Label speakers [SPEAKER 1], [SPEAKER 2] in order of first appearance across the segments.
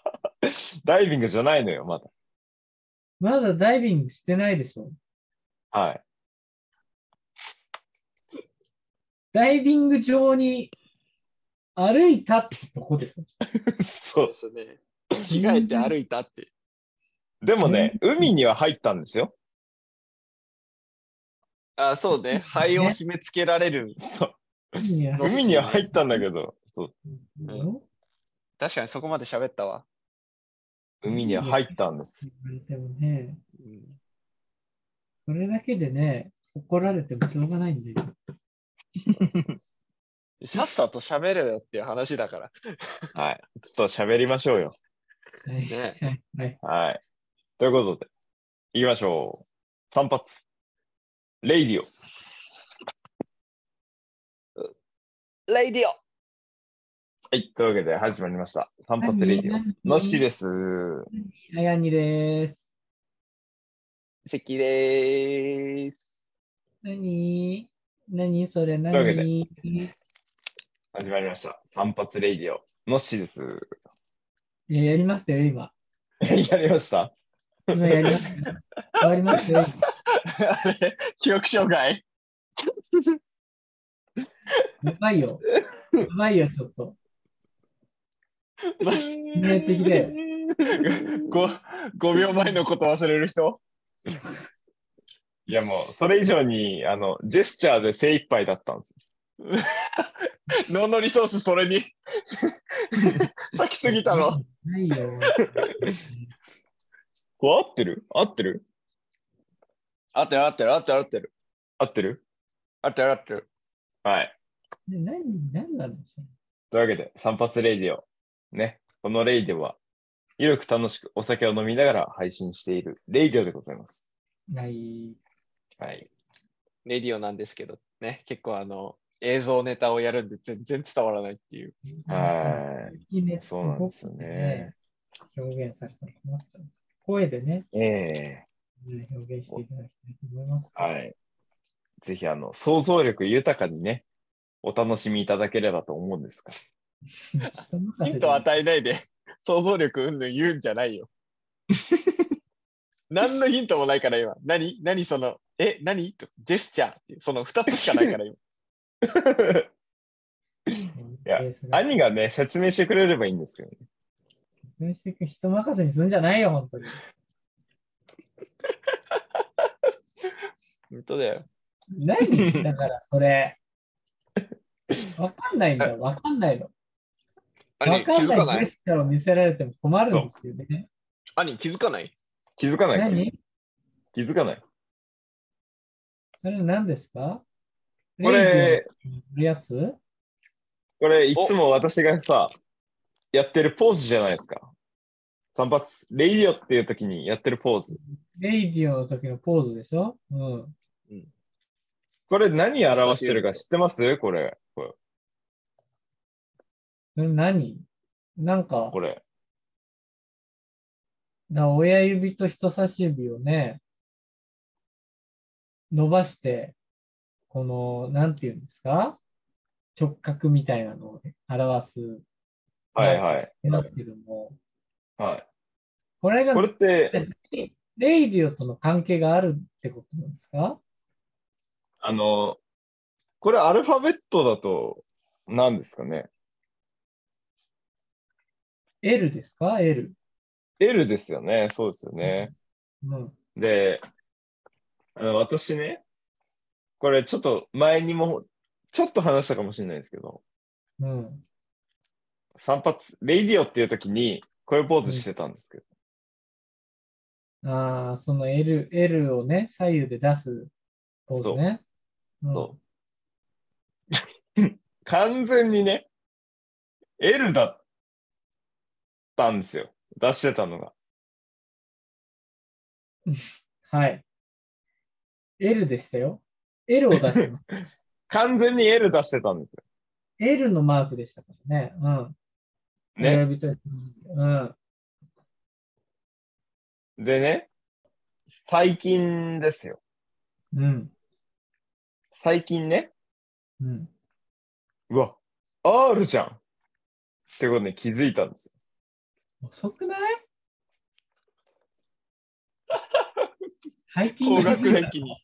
[SPEAKER 1] ダイビングじゃないのよ、まだ。
[SPEAKER 2] まだダイビングしてないでしょ。
[SPEAKER 1] はい。
[SPEAKER 2] ダイビング場に歩いたってとこですか
[SPEAKER 1] そう。
[SPEAKER 3] そうですね。着替えて歩いたって。
[SPEAKER 1] でもね、海には入ったんですよ。
[SPEAKER 3] あ、そう ね。肺を締め付けられる。
[SPEAKER 2] いや
[SPEAKER 3] そうっすね
[SPEAKER 1] 海には入ったんだけど、そう
[SPEAKER 2] 言
[SPEAKER 3] 確かにそこまで喋ったわ。
[SPEAKER 1] 海には入ったんです。
[SPEAKER 2] われてもね、
[SPEAKER 3] うん
[SPEAKER 2] それだけでね、怒られてもしょうがないんで。
[SPEAKER 3] さっさと喋れよっていう話だから。
[SPEAKER 1] はい。ちょっと喋りましょうよ。
[SPEAKER 2] はいはい。
[SPEAKER 1] はい。ということで、行きましょう。3発。レイディオ。
[SPEAKER 3] レイディオ
[SPEAKER 1] はい。というわけで始まりました。3発レイディオ。のっしーです。
[SPEAKER 2] す。あやにです。
[SPEAKER 3] 関でーす。
[SPEAKER 2] 何何それ
[SPEAKER 1] いうわけで
[SPEAKER 2] 何
[SPEAKER 1] 始まりました。3発レイディオ。のっしーです。
[SPEAKER 2] いややりましたよ、今。
[SPEAKER 1] やりました。
[SPEAKER 2] 今やりましたよ。終わりましたよ。
[SPEAKER 3] あれ記憶障害
[SPEAKER 2] やばいよ。やばいよ、ちょっ と。致命的だよ
[SPEAKER 3] 5, 5秒前のこと忘れる人
[SPEAKER 1] いやもう、それ以上に、あの、ジェスチャーで精一杯だったんですよ。
[SPEAKER 3] 脳のリソースそれに 先すぎたの。
[SPEAKER 2] ないよ。
[SPEAKER 1] これ合ってる合ってる
[SPEAKER 3] あってるあってるあってるあってる
[SPEAKER 1] 合ってる
[SPEAKER 3] あってるあってる。
[SPEAKER 1] はい。
[SPEAKER 2] ね何、何なの
[SPEAKER 1] というわけで、散髪レイディオ。ね、このレイディオは、緩く楽しくお酒を飲みながら配信しているレイディオでございます。
[SPEAKER 2] ない。。
[SPEAKER 1] はい。
[SPEAKER 3] レディオなんですけどね、結構あの映像ネタをやるんで全然伝わらないっていう。
[SPEAKER 1] はい
[SPEAKER 2] いね。
[SPEAKER 1] そうなんですよね。
[SPEAKER 2] 表現されたら困っちゃうんです。声でね、
[SPEAKER 1] ええ
[SPEAKER 2] ね表現していただきたいと思います。
[SPEAKER 1] はい。ぜひ、あの、想像力豊かにね、お楽しみいただければと思うんですが。
[SPEAKER 2] 人任せ
[SPEAKER 3] ヒ
[SPEAKER 2] で
[SPEAKER 3] ントを与えないで、想像力うんぬん言うんじゃないよ。何のヒントもないから今。何何その、え、何とジェスチャーっていう、その2つしかない から今。
[SPEAKER 1] や
[SPEAKER 2] ベースが
[SPEAKER 1] 兄がね、説明してくれればいいんですけどね。
[SPEAKER 2] 説明していく人任せにするんじゃないよ、本当に。
[SPEAKER 3] 本当だよ。
[SPEAKER 2] 何だから、それ。わかんないんだよ、わかんないの。わかんないジェスチャーを見せられても困るんですよね。
[SPEAKER 3] 兄気づかない
[SPEAKER 1] 気づかないから
[SPEAKER 2] 何
[SPEAKER 1] 気づかない。
[SPEAKER 2] それ何ですか
[SPEAKER 1] これ、
[SPEAKER 2] レイディオのやつ
[SPEAKER 1] これ、いつも私がさ、やってるポーズじゃないですか。散髪、レイディオっていう時にやってるポーズ。
[SPEAKER 2] レイディオの時のポーズでしょうん。
[SPEAKER 1] これ何表してるか知ってますこれ。これ。
[SPEAKER 2] それ何なんか、
[SPEAKER 1] これ
[SPEAKER 2] だ親指と人差し指をね、伸ばして、この、なんていうんですか直角みたいなのを表す。
[SPEAKER 1] はいはい。
[SPEAKER 2] ますけども、
[SPEAKER 1] はい。
[SPEAKER 2] これが
[SPEAKER 1] これって、
[SPEAKER 2] レイディオとの関係があるってことなんですか
[SPEAKER 1] あの、これアルファベットだと何ですかね
[SPEAKER 2] ?L ですか ?L。
[SPEAKER 1] ?L ですよね。そうですよね。
[SPEAKER 2] うん。
[SPEAKER 1] で、あの私ね、これちょっと前にも、ちょっと話したかもしれないですけど、
[SPEAKER 2] うん。
[SPEAKER 1] 散髪、レイディオっていう時に、こういうポーズしてたんですけど、
[SPEAKER 2] ああ、その L、L をね、左右で出すポーズね。うん
[SPEAKER 1] そ完全にね、L だったんですよ。出してたのが。
[SPEAKER 2] はい。L でしたよ。L を出してます。
[SPEAKER 1] 完全に L 出してたんです
[SPEAKER 2] L のマークでしたからね。うん。
[SPEAKER 1] よ。ね
[SPEAKER 2] 親。指と人差し指うん。
[SPEAKER 1] でね、最近ですよ。
[SPEAKER 2] うん。
[SPEAKER 1] 最近ね、
[SPEAKER 2] うん。
[SPEAKER 1] うわ、R じゃんってことに気づいたんです
[SPEAKER 2] 遅くない 最近
[SPEAKER 4] 高
[SPEAKER 2] 気づ
[SPEAKER 4] 学
[SPEAKER 2] いた
[SPEAKER 4] 歴に、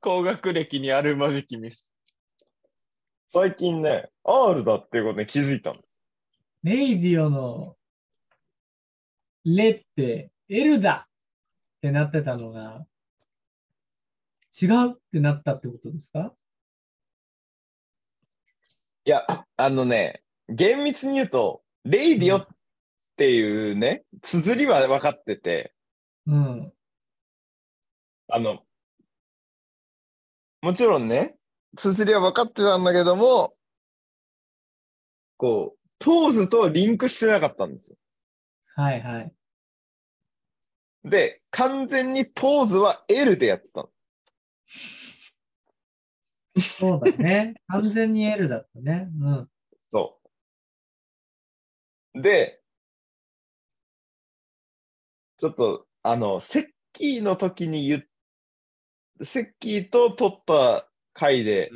[SPEAKER 4] 高学歴にあるまじきミス。
[SPEAKER 1] 最近ね、R だっていうことに気づいたんです。
[SPEAKER 2] レイディオのレってエルだってなってたのが違うってなったってことですか
[SPEAKER 1] いや、あのね、厳密に言うと、レイディオっていうね、綴りは分かってて、
[SPEAKER 2] うん。
[SPEAKER 1] あの、もちろんね、綴りは分かってたんだけども、こう、ポーズとリンクしてなかったんですよ。
[SPEAKER 2] はいはい。
[SPEAKER 1] で、完全にポーズは L でやってたの。
[SPEAKER 2] そうだね。完全にエルだったね。うん。
[SPEAKER 1] そう。で、ちょっと、あの、セッキーの時に言っ、セッキーと撮った回で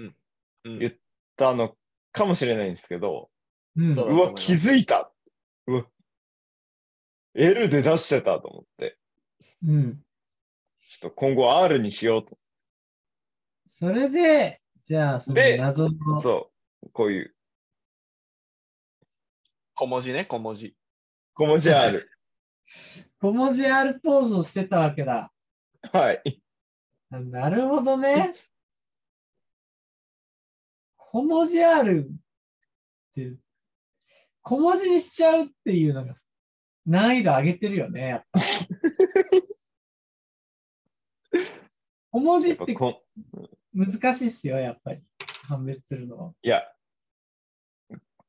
[SPEAKER 4] うん
[SPEAKER 1] 言ったのかもしれないんですけど、
[SPEAKER 2] うん、
[SPEAKER 4] そうだと思い
[SPEAKER 1] わ、
[SPEAKER 4] ます
[SPEAKER 1] 気づいたうわ、L で出してたと思って、
[SPEAKER 2] うん。
[SPEAKER 1] ちょっと今後 R にしようと。
[SPEAKER 2] それで、じゃあ、その
[SPEAKER 1] で
[SPEAKER 2] 謎の、
[SPEAKER 1] そう、こういう、
[SPEAKER 4] 小文字ね、小文字。
[SPEAKER 1] 小文 字 R。
[SPEAKER 2] 小文字 R ポーズをしてたわけだ。
[SPEAKER 1] はい。
[SPEAKER 2] なるほどね。小文字 R って、小文字にしちゃうっていうのが難易度上げてるよね、やっ ぱ。小文字
[SPEAKER 1] や
[SPEAKER 2] っ
[SPEAKER 1] っぱ
[SPEAKER 2] て
[SPEAKER 1] こん
[SPEAKER 2] 難しいっすよ、やっぱり。判別するのは。
[SPEAKER 1] いや、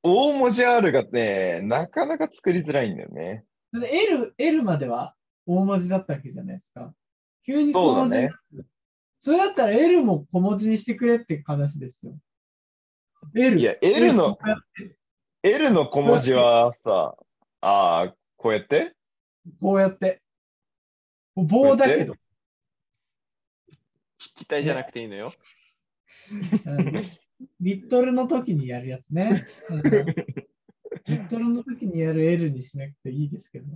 [SPEAKER 1] 大文字 R がね、なかなか作りづらいんだよね。
[SPEAKER 2] だって L, L までは大文字だったわけじゃないですか。急に小文字になってそれだったら L も小文字にしてくれって話ですよ。L。
[SPEAKER 1] いや L の。L の小文字はさ、ああ、こうやって
[SPEAKER 2] こうやって。棒だけど。
[SPEAKER 4] 聞きたいじゃなくていいのよ。
[SPEAKER 2] うんリットルの時にやるやつね。うんリットルの時にやる L にしなくていいですけど。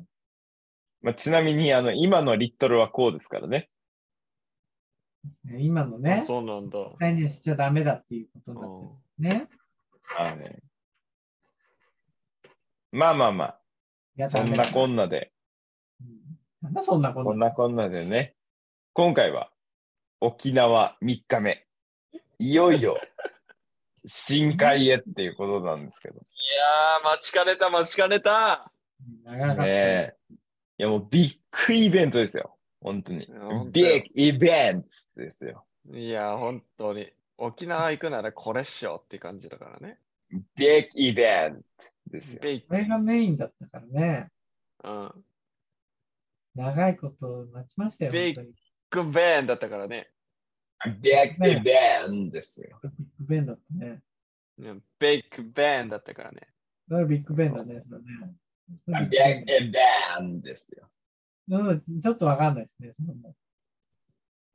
[SPEAKER 1] まあ、ちなみに、あの、今のリットルはこうですからね。
[SPEAKER 2] ね今の
[SPEAKER 4] あ
[SPEAKER 2] ね、
[SPEAKER 4] そうなんだ。
[SPEAKER 2] 何にはしちゃダメだっていうことになっ
[SPEAKER 4] うん
[SPEAKER 2] てるね。
[SPEAKER 1] あのねまあまあま
[SPEAKER 2] いや
[SPEAKER 1] あ、そんなこんなで、
[SPEAKER 2] うんなんだそんなこ
[SPEAKER 1] こん
[SPEAKER 2] と。
[SPEAKER 1] なこんなでね、今回は沖縄3日目、いよいよ深海へっていうことなんですけど。
[SPEAKER 4] いやー、待ちかねた、待ちかねた。
[SPEAKER 2] 長かった。
[SPEAKER 1] ねえ。いやもうビッグイベントですよ。本当に
[SPEAKER 4] や本。当
[SPEAKER 1] ビ
[SPEAKER 4] よ
[SPEAKER 1] ッグイベントですよ。
[SPEAKER 4] いやー、本当に。沖縄行くならこれっしょって感じだからね。
[SPEAKER 1] ビッグイベントですよ。
[SPEAKER 4] ベイ
[SPEAKER 2] これがメインだったからね。
[SPEAKER 4] うん。
[SPEAKER 2] 長いこと待ちましたよ。
[SPEAKER 4] ビ
[SPEAKER 2] 本
[SPEAKER 4] ッ
[SPEAKER 2] 当に
[SPEAKER 4] グベーンだったからね。
[SPEAKER 1] ビッグイベントですよ。
[SPEAKER 2] ビッグベンだったね。
[SPEAKER 4] うんベイクベーンだったからね。
[SPEAKER 2] それはビッグベンだね。それねそれは
[SPEAKER 1] ビ
[SPEAKER 2] ビッグベ
[SPEAKER 1] ッ
[SPEAKER 2] ン
[SPEAKER 1] グイベントですよ。
[SPEAKER 2] うんちょっとわかんないですね。そのもう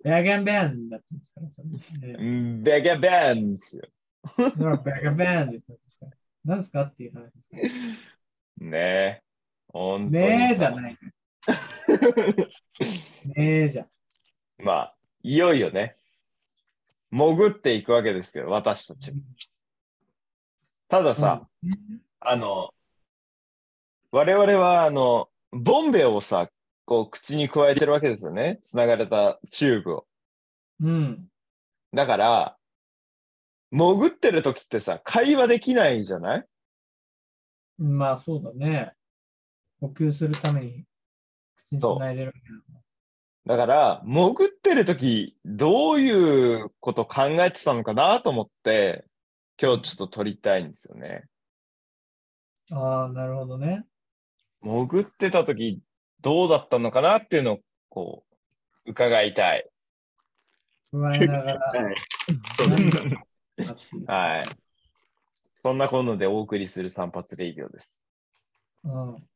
[SPEAKER 2] ベーゲンベンだったんですから。それ
[SPEAKER 1] ビ
[SPEAKER 2] ね
[SPEAKER 1] ッグイベントですよ。
[SPEAKER 2] それはベーゲンベンですから。何すかっていう話ですから。
[SPEAKER 1] ねえ。本当にさ
[SPEAKER 2] ねえじゃない。ねえじゃ。
[SPEAKER 1] まあ、いよいよね、潜っていくわけですけど、私たちも。たださ、あの、我々は、あの、ボンベをさ、こう、口に加えてるわけですよね。つながれたチューブを。
[SPEAKER 2] うん。
[SPEAKER 1] だから、潜ってる時ってさ、会話できないじゃない
[SPEAKER 2] うん。まあそうだね。補給するために口につないでるわけだか
[SPEAKER 1] だ
[SPEAKER 2] ら
[SPEAKER 1] から、潜ってる時、どういうこと考えてたのかなと思って、今日ちょっと撮りたいんですよね。
[SPEAKER 2] ああ、なるほどね。
[SPEAKER 1] 潜ってた時、どうだったのかなっていうのを、こう、伺いたい。
[SPEAKER 2] 加えながら。何があった っていう
[SPEAKER 1] はい。そんなこんなでお送りする散髪レイディオです。
[SPEAKER 2] うん。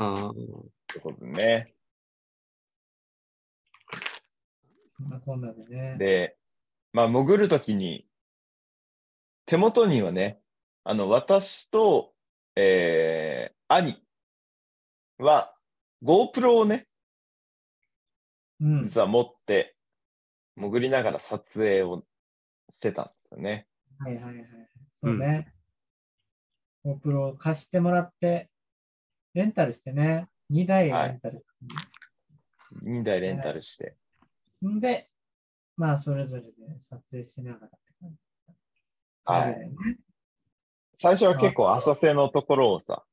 [SPEAKER 4] あ
[SPEAKER 1] ということでね。
[SPEAKER 2] そんなこんなでね。
[SPEAKER 1] で、まあ、潜るときに、手元にはね、あの、私と、えー、兄は、GoPro をね、
[SPEAKER 2] うん。
[SPEAKER 1] 実は持って、潜りながら撮影をしてたんですよね。
[SPEAKER 2] はいはいはい。そうね。GoPro を貸してもらって、レンタルしてね。2台レンタル。
[SPEAKER 1] 2台レンタルして。
[SPEAKER 2] んで、まあ、それぞれで撮影しながらって感じ
[SPEAKER 1] は
[SPEAKER 2] だよ
[SPEAKER 1] い。
[SPEAKER 2] ね
[SPEAKER 1] 最初は結構浅瀬のところをさ、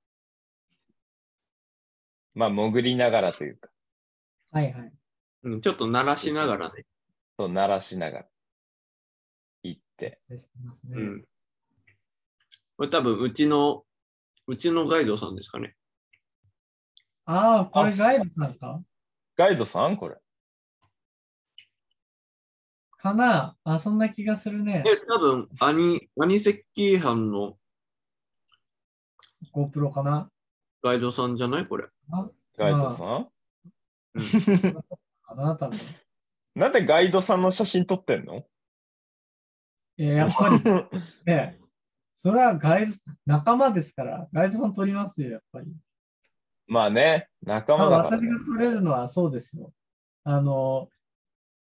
[SPEAKER 1] まあ潜りながらというか、
[SPEAKER 2] はいはい。
[SPEAKER 3] うん、ちょっと鳴らしながらね。
[SPEAKER 1] そう鳴らしながら行って。
[SPEAKER 2] 撮影してますね。
[SPEAKER 3] うん。これ多分、うちの、うちのガイドさんですかね。
[SPEAKER 2] ああ、これ
[SPEAKER 1] あ
[SPEAKER 2] ガイドさんか
[SPEAKER 1] ガイドさんこれ。
[SPEAKER 2] かなあ、そんな気がするね。
[SPEAKER 3] え、多分、アニ、アニ石器班の
[SPEAKER 2] GoPro かな
[SPEAKER 3] ガイドさんじゃないこれ。
[SPEAKER 1] ガイドさん
[SPEAKER 2] かな多分。
[SPEAKER 1] なんでガイドさんの写真撮ってんの
[SPEAKER 2] えーやっぱりね、それはガイド、仲間ですから、ガイドさん撮りますよ、やっぱり。
[SPEAKER 1] まあね、仲間
[SPEAKER 2] まあ
[SPEAKER 1] だから、
[SPEAKER 2] 私
[SPEAKER 1] ね
[SPEAKER 2] が。撮れるのはそうですよ。あの、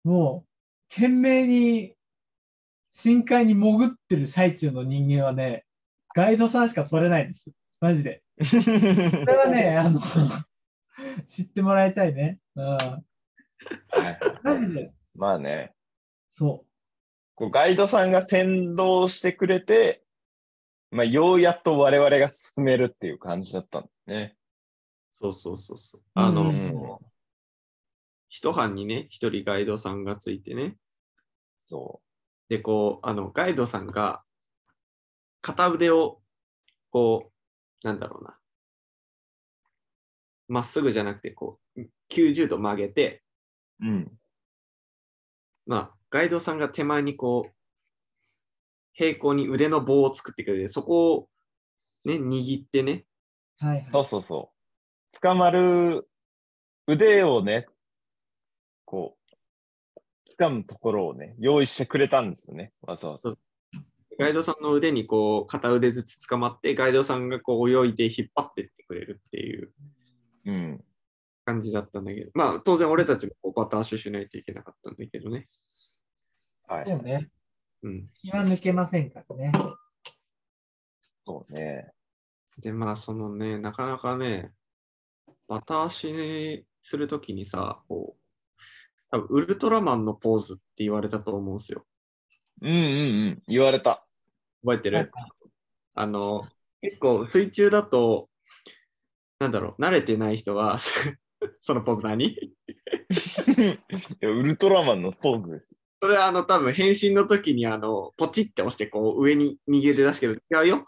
[SPEAKER 2] もう、懸命に深海に潜ってる最中の人間はね、ガイドさんしか撮れないんです。マジで。これは ね、あの、知ってもらいたいね。うん。
[SPEAKER 1] はい
[SPEAKER 2] マジで、
[SPEAKER 1] まあね、
[SPEAKER 2] そ
[SPEAKER 1] こうガイドさんが先導してくれて、まあ、ようやっと我々が進めるっていう感じだったんだね。
[SPEAKER 3] そうそうそうそう。あ
[SPEAKER 2] う
[SPEAKER 1] う
[SPEAKER 3] の、
[SPEAKER 2] ん
[SPEAKER 1] ん、
[SPEAKER 3] 一班にね、一人ガイドさんがついてね。
[SPEAKER 1] そ
[SPEAKER 3] で、こう、あの、ガイドさんが、片腕を、こう、なんだろうな。まっすぐじゃなくて、こう、90度曲げて、
[SPEAKER 1] う。うん。
[SPEAKER 3] まあ、ガイドさんが手前にこう、平行に腕の棒を作ってくれて、そこを、ね、握ってね、
[SPEAKER 2] う。はい
[SPEAKER 1] そ
[SPEAKER 2] は
[SPEAKER 1] う
[SPEAKER 2] い。
[SPEAKER 1] そうそう。捕まる腕をね、こう、掴むところをね、用意してくれたんですよね。わざわざ。
[SPEAKER 3] ガイドさんの腕にこう、片腕ずつ捕まって、ガイドさんがこう、泳いで引っ張ってってくれるっていう
[SPEAKER 1] うん。
[SPEAKER 3] 感じだったんだけど、まあ、当然俺たちもこうバタ足しないといけなかったんだけどね。
[SPEAKER 1] は
[SPEAKER 2] そう
[SPEAKER 1] い。
[SPEAKER 2] ね。
[SPEAKER 3] うん。
[SPEAKER 2] 気は抜けませんからね。
[SPEAKER 1] そうね。
[SPEAKER 3] で、まあ、そのね、なかなかね、バタ足するときにさ、こう、多分ウルトラマンのポーズって言われたと思うんですよ。
[SPEAKER 1] うんうんうん。言われた。
[SPEAKER 3] 覚えて
[SPEAKER 2] なん
[SPEAKER 3] る
[SPEAKER 2] か
[SPEAKER 3] あの、結構水中だと、なんだろう、慣れてない人は、 そのポーズ何
[SPEAKER 1] いやウルトラマンのポーズです。
[SPEAKER 3] それはあの、多分変身の時にあの、ポチって押して、こう、上に右腕出すけど、違う よ。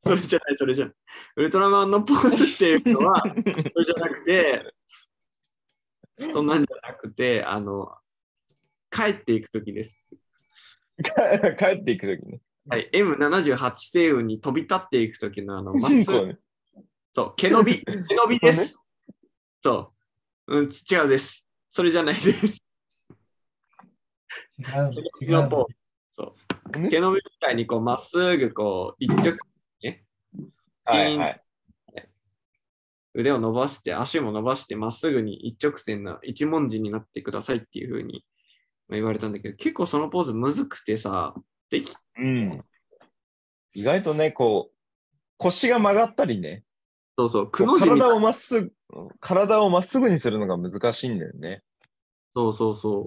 [SPEAKER 3] それじゃない、それじゃない。ウルトラマンのポーズっていうの は、それじゃなくて、そんなんじゃなくて、あの、帰っていく時です。
[SPEAKER 1] 帰っていくときね。
[SPEAKER 3] はい、M78 星雲に飛び立っていく時の あの、まっすぐ
[SPEAKER 1] こうね
[SPEAKER 3] そう、毛伸び、毛伸びです。そう、うん、違うです。それじゃないです。
[SPEAKER 2] 違う
[SPEAKER 3] 毛
[SPEAKER 2] 違う
[SPEAKER 3] のポーズそう。毛伸びみたいにこう、まっすぐこう、一直、
[SPEAKER 1] はいはい。
[SPEAKER 3] 腕を伸ばして、足も伸ばして、まっすぐに一直線な、一文字になってくださいっていう風にまあ言われたんだけど、結構そのポーズむずくてさ、でき、
[SPEAKER 1] うん。意外とね、こう、腰が曲がったりね、
[SPEAKER 3] そうそう、く
[SPEAKER 1] こ
[SPEAKER 3] の
[SPEAKER 1] う
[SPEAKER 3] 字に、
[SPEAKER 1] 体をまっすぐ、体をまっすぐにするのが難しいんだよね。
[SPEAKER 3] そうそうそう。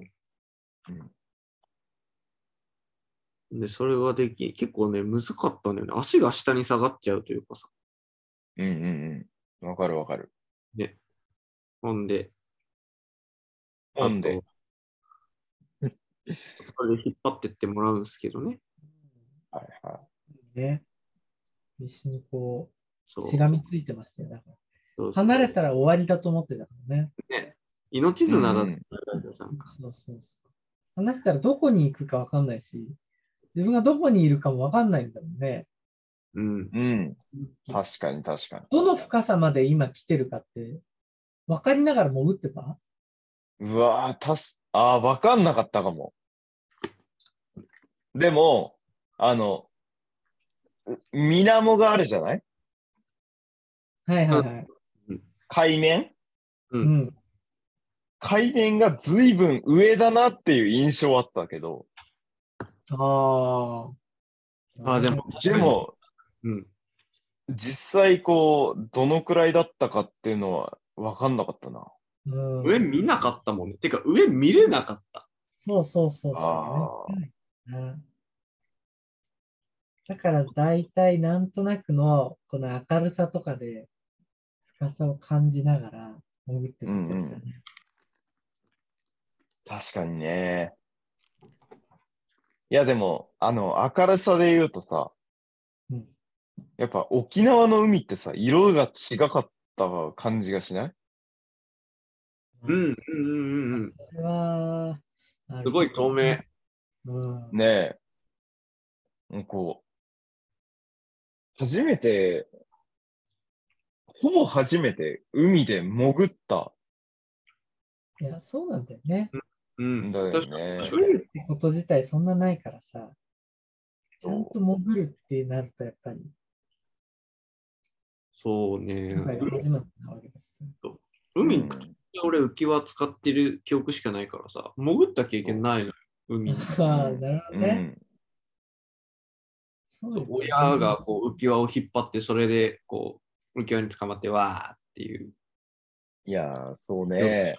[SPEAKER 3] で、それはでき、結構ね、むずかったんだよね。足が下に下がっちゃうというかさ。
[SPEAKER 1] うんうんうん。わかるわかる。
[SPEAKER 3] ほんで、
[SPEAKER 1] オンで。
[SPEAKER 3] あと。 それで引っ張ってってもらうんですけどね。
[SPEAKER 1] はいはい。
[SPEAKER 2] ね。必死にこ、
[SPEAKER 3] そうう
[SPEAKER 2] しがみついてましたよ。だから
[SPEAKER 3] そう
[SPEAKER 2] 離れたら終わりだと思ってたからね。
[SPEAKER 3] 命綱だった
[SPEAKER 1] うん
[SPEAKER 3] んだよなんか
[SPEAKER 2] そうそうそう離したらどこに行くか分かんないし、自分がどこにいるかも分かんないんだもんね。
[SPEAKER 3] うん。
[SPEAKER 1] うん。確かに確か
[SPEAKER 2] どの深さまで今来てるかって、分かりながら潜ってた
[SPEAKER 1] に。うわぁ、たし、ああ、わかんなかったかも。でも、あの、う水面があるじゃない
[SPEAKER 2] はいはいはい。
[SPEAKER 1] 海面
[SPEAKER 3] う
[SPEAKER 2] うん。
[SPEAKER 1] 海面が随分上だなっていう印象はあったけど、
[SPEAKER 2] ああ。
[SPEAKER 3] あでも。
[SPEAKER 1] でも、
[SPEAKER 3] うん。
[SPEAKER 1] 実際こう、どのくらいだったかっていうのは分かんなかったな。
[SPEAKER 2] うん、
[SPEAKER 3] 上見なかったもんね。てか、上見れなかった。
[SPEAKER 2] そうそうそう
[SPEAKER 1] あ
[SPEAKER 2] そう、ねうんだから大体なんとなくのこの明るさとかで深さを感じながら潜ってるんですよね。
[SPEAKER 1] 確かにね。いや、でも、あの、明るさで言うとさ、
[SPEAKER 2] うん
[SPEAKER 1] やっぱ沖縄の海ってさ、色が違かった感じがしない
[SPEAKER 3] うん、うん、うん、うん。
[SPEAKER 2] これは、なるほどね
[SPEAKER 3] すごい透明。。
[SPEAKER 2] うん。
[SPEAKER 1] ねえ。もうこう、初めて、ほぼ初めて海で潜った
[SPEAKER 2] いや、そうなんだよね。
[SPEAKER 3] うんん。
[SPEAKER 1] だよ
[SPEAKER 3] 確かに。
[SPEAKER 1] ね。
[SPEAKER 3] 確かに
[SPEAKER 2] ってこと自体そんなないからさ、ち
[SPEAKER 1] そう
[SPEAKER 2] ゃんと潜るってなるとやっぱり、
[SPEAKER 3] そうね。
[SPEAKER 2] 今回が初めてなわけです。
[SPEAKER 3] 海
[SPEAKER 1] う
[SPEAKER 3] に
[SPEAKER 1] ん
[SPEAKER 3] 俺浮き輪使ってる記憶しかないからさ、潜った経験ないのよ、海に。
[SPEAKER 2] ああ、なるほ
[SPEAKER 1] う
[SPEAKER 2] どね。
[SPEAKER 1] ん。
[SPEAKER 2] そう
[SPEAKER 3] そ
[SPEAKER 2] よ
[SPEAKER 3] う
[SPEAKER 2] ね
[SPEAKER 3] 親がこう浮き輪を引っ張って、それでこう浮き輪に捕まってわーっていう。
[SPEAKER 1] いやー、そうね。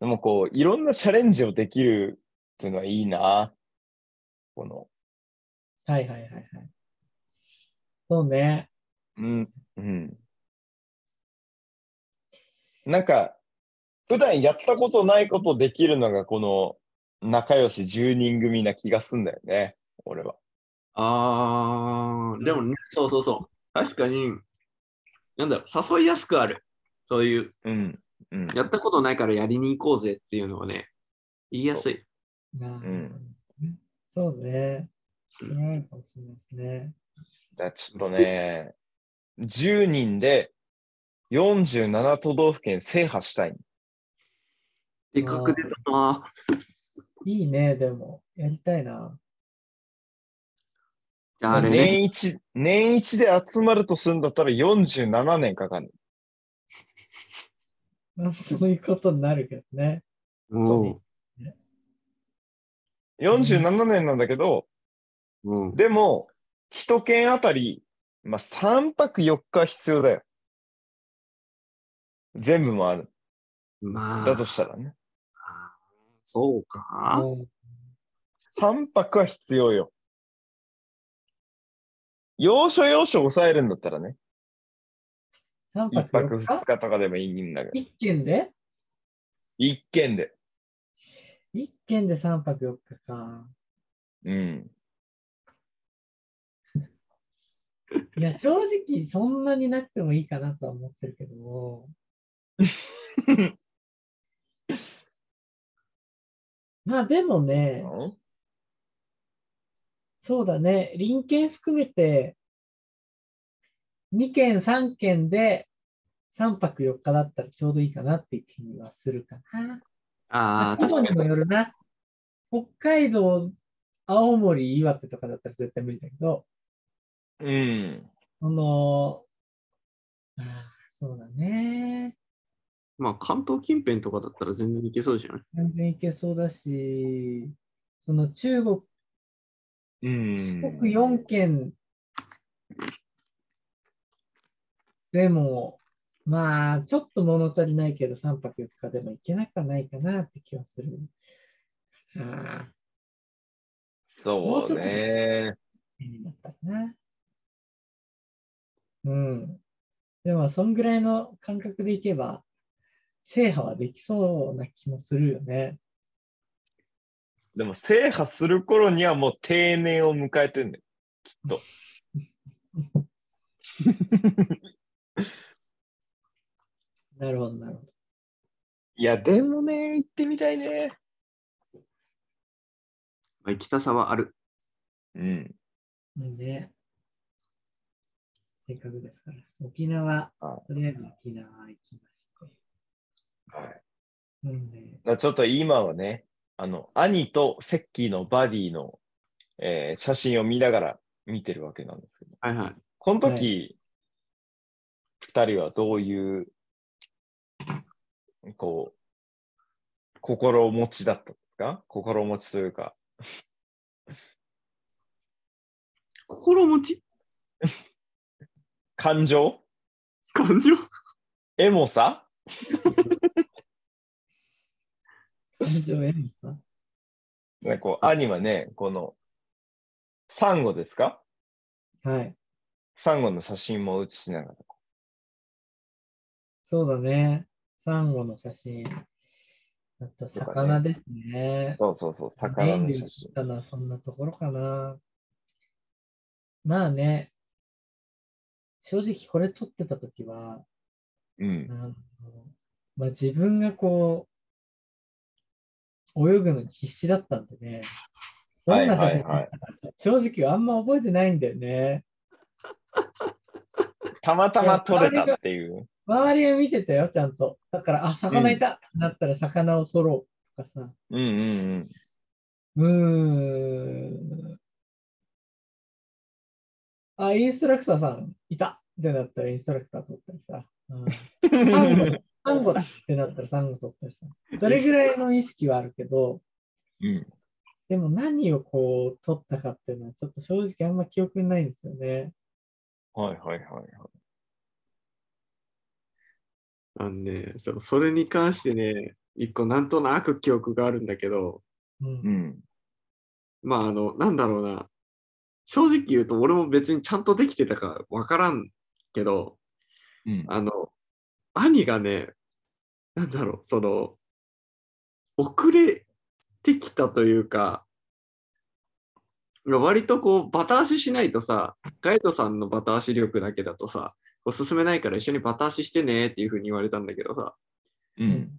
[SPEAKER 1] でもこう、いろんなチャレンジをできるっていうのはいいな。この、
[SPEAKER 2] はいはいはいはい。そうね。
[SPEAKER 1] うん、うん。なんか、普段やったことないことできるのが、この仲良し10人組な気がすんだよね、俺は。
[SPEAKER 3] あー、でもね、そうそうそう。確かに、なんだろう、誘いやすくある。そういう、
[SPEAKER 1] うん、うん、
[SPEAKER 3] やったことないからやりに行こうぜっていうのはね、言いやすい。
[SPEAKER 2] なあ
[SPEAKER 1] ん
[SPEAKER 2] そうね。そ
[SPEAKER 3] うん
[SPEAKER 2] れはあるかもしれないですね。
[SPEAKER 1] だちょっとね、10人で47都道府県制覇したい。
[SPEAKER 3] でかく出たな。
[SPEAKER 2] いいね、でも。やりたいな。
[SPEAKER 3] じゃああれね、
[SPEAKER 1] 年一、年一で集まるとするんだったら47年かかる。
[SPEAKER 2] まあ、そういうことになるけどね。
[SPEAKER 3] も
[SPEAKER 1] 47年なんだけど、
[SPEAKER 3] う、うん、
[SPEAKER 1] でも、一県あたり、まあ、3泊4日必要だよ。全部もある。
[SPEAKER 3] まあ、
[SPEAKER 1] だとしたらね。
[SPEAKER 3] そうか。
[SPEAKER 2] も
[SPEAKER 1] 3泊は必要よ。要所要所抑えるんだったらね。
[SPEAKER 2] う3
[SPEAKER 1] 1
[SPEAKER 2] 泊
[SPEAKER 1] 泊
[SPEAKER 2] 4
[SPEAKER 1] 2
[SPEAKER 2] 日
[SPEAKER 1] 日とかでもいいんだけど。
[SPEAKER 2] ?1 軒で
[SPEAKER 1] 1県で。
[SPEAKER 2] ?1 軒で3泊4日か。
[SPEAKER 1] うん。
[SPEAKER 2] いや、正直そんなになくてもいいかなとは思ってるけども。まあでもね、そうだね、隣県含めて、2県、3県で3泊4日だったらちょうどいいかなっていう気にはするかな。
[SPEAKER 3] ああ、
[SPEAKER 2] 規
[SPEAKER 3] 確
[SPEAKER 2] 模
[SPEAKER 3] か
[SPEAKER 2] に
[SPEAKER 3] に。
[SPEAKER 2] もよるな。北海道、青森、岩手とかだったら絶対無理だけど、
[SPEAKER 1] うん。
[SPEAKER 2] その、ああ、そうだね。
[SPEAKER 3] まあ、関東近辺とかだったら全然いけそうじゃない
[SPEAKER 2] 全然いけそうだし、その中国、
[SPEAKER 1] うん。
[SPEAKER 2] 四国4県でも、まあ、ちょっと物足りないけど、3泊4日でもいけなくはないかなって気はする。ああ、も
[SPEAKER 1] そう
[SPEAKER 2] うちょっと
[SPEAKER 1] ね。
[SPEAKER 2] 気になったかな。うん。でも、そんぐらいの感覚でいけば、制覇はできそうな気もするよね。
[SPEAKER 1] でも制覇する頃にはもう定年を迎えてんだよ。きっと。
[SPEAKER 2] なるほど、なるほど。
[SPEAKER 1] いや、でもね、行ってみたいね。
[SPEAKER 3] まあ、行きたさはある。
[SPEAKER 1] うん。
[SPEAKER 2] ね。せっかくですから。沖縄、
[SPEAKER 1] は
[SPEAKER 2] とりあえず沖縄行きまして。
[SPEAKER 1] はい
[SPEAKER 2] い。うんね、
[SPEAKER 1] ちょっと今はね、あの、兄とセッキーのバディの、えー写真を見ながら見てるわけなんですけど、
[SPEAKER 3] はいはい。
[SPEAKER 1] この時、
[SPEAKER 2] は
[SPEAKER 1] 二人はどういう、こう、心持ちだったんですか心持ちというか。
[SPEAKER 3] 心持ち
[SPEAKER 1] 感情
[SPEAKER 3] 感情
[SPEAKER 1] エモさ
[SPEAKER 2] 感情エモさ。
[SPEAKER 1] ね、こう、兄はね、この、サンゴですか
[SPEAKER 2] はい。
[SPEAKER 1] サンゴの写真も写しながら。
[SPEAKER 2] そうだね。サンゴの写真。あと、魚ですね。
[SPEAKER 1] そうそうそう、魚
[SPEAKER 2] メイン
[SPEAKER 1] の
[SPEAKER 2] で
[SPEAKER 1] 写
[SPEAKER 2] 写
[SPEAKER 1] 真
[SPEAKER 2] っ。たのはそんなところかな。まあね、正直これ撮ってた時は、
[SPEAKER 1] うん
[SPEAKER 2] あ。のまあ、自分がこう、泳ぐのに必死だったんでね、どんな写真撮
[SPEAKER 1] はいはいはい
[SPEAKER 2] ったか正直あんま覚えてないんだよね。
[SPEAKER 1] たまたま撮れたっていう。
[SPEAKER 2] 周りを見てたよ、ちゃんと。だから、あ、魚いた、なったら魚を撮ろうとかさ。
[SPEAKER 1] うんうんうん。
[SPEAKER 2] うーん。あ、インストラクターさんいたってなったらインストラクター撮ったりさ。うんサンゴだサンゴだってなったらサンゴ撮ったりさ。それぐらいの意識はあるけど、
[SPEAKER 1] うん、
[SPEAKER 2] でも何をこう撮ったかっていうのはちょっと正直あんま記憶にないんですよね。
[SPEAKER 1] はいはいはいはい。
[SPEAKER 3] あのねそう、それに関してね、一個なんとなく記憶があるんだけど、
[SPEAKER 2] うん
[SPEAKER 1] うん。
[SPEAKER 3] まああの、なんだろうな。正直言うと俺も別にちゃんとできてたかわからんけど、
[SPEAKER 1] うん、
[SPEAKER 3] あの、兄がね、なんだろう、その、遅れてきたというか、割とこう、バタ足しないとさ、ガイドさんのバタ足力だけだとさ、こう進めないから一緒にバタ足してねっていうふうに言われたんだけどさ、
[SPEAKER 1] うん。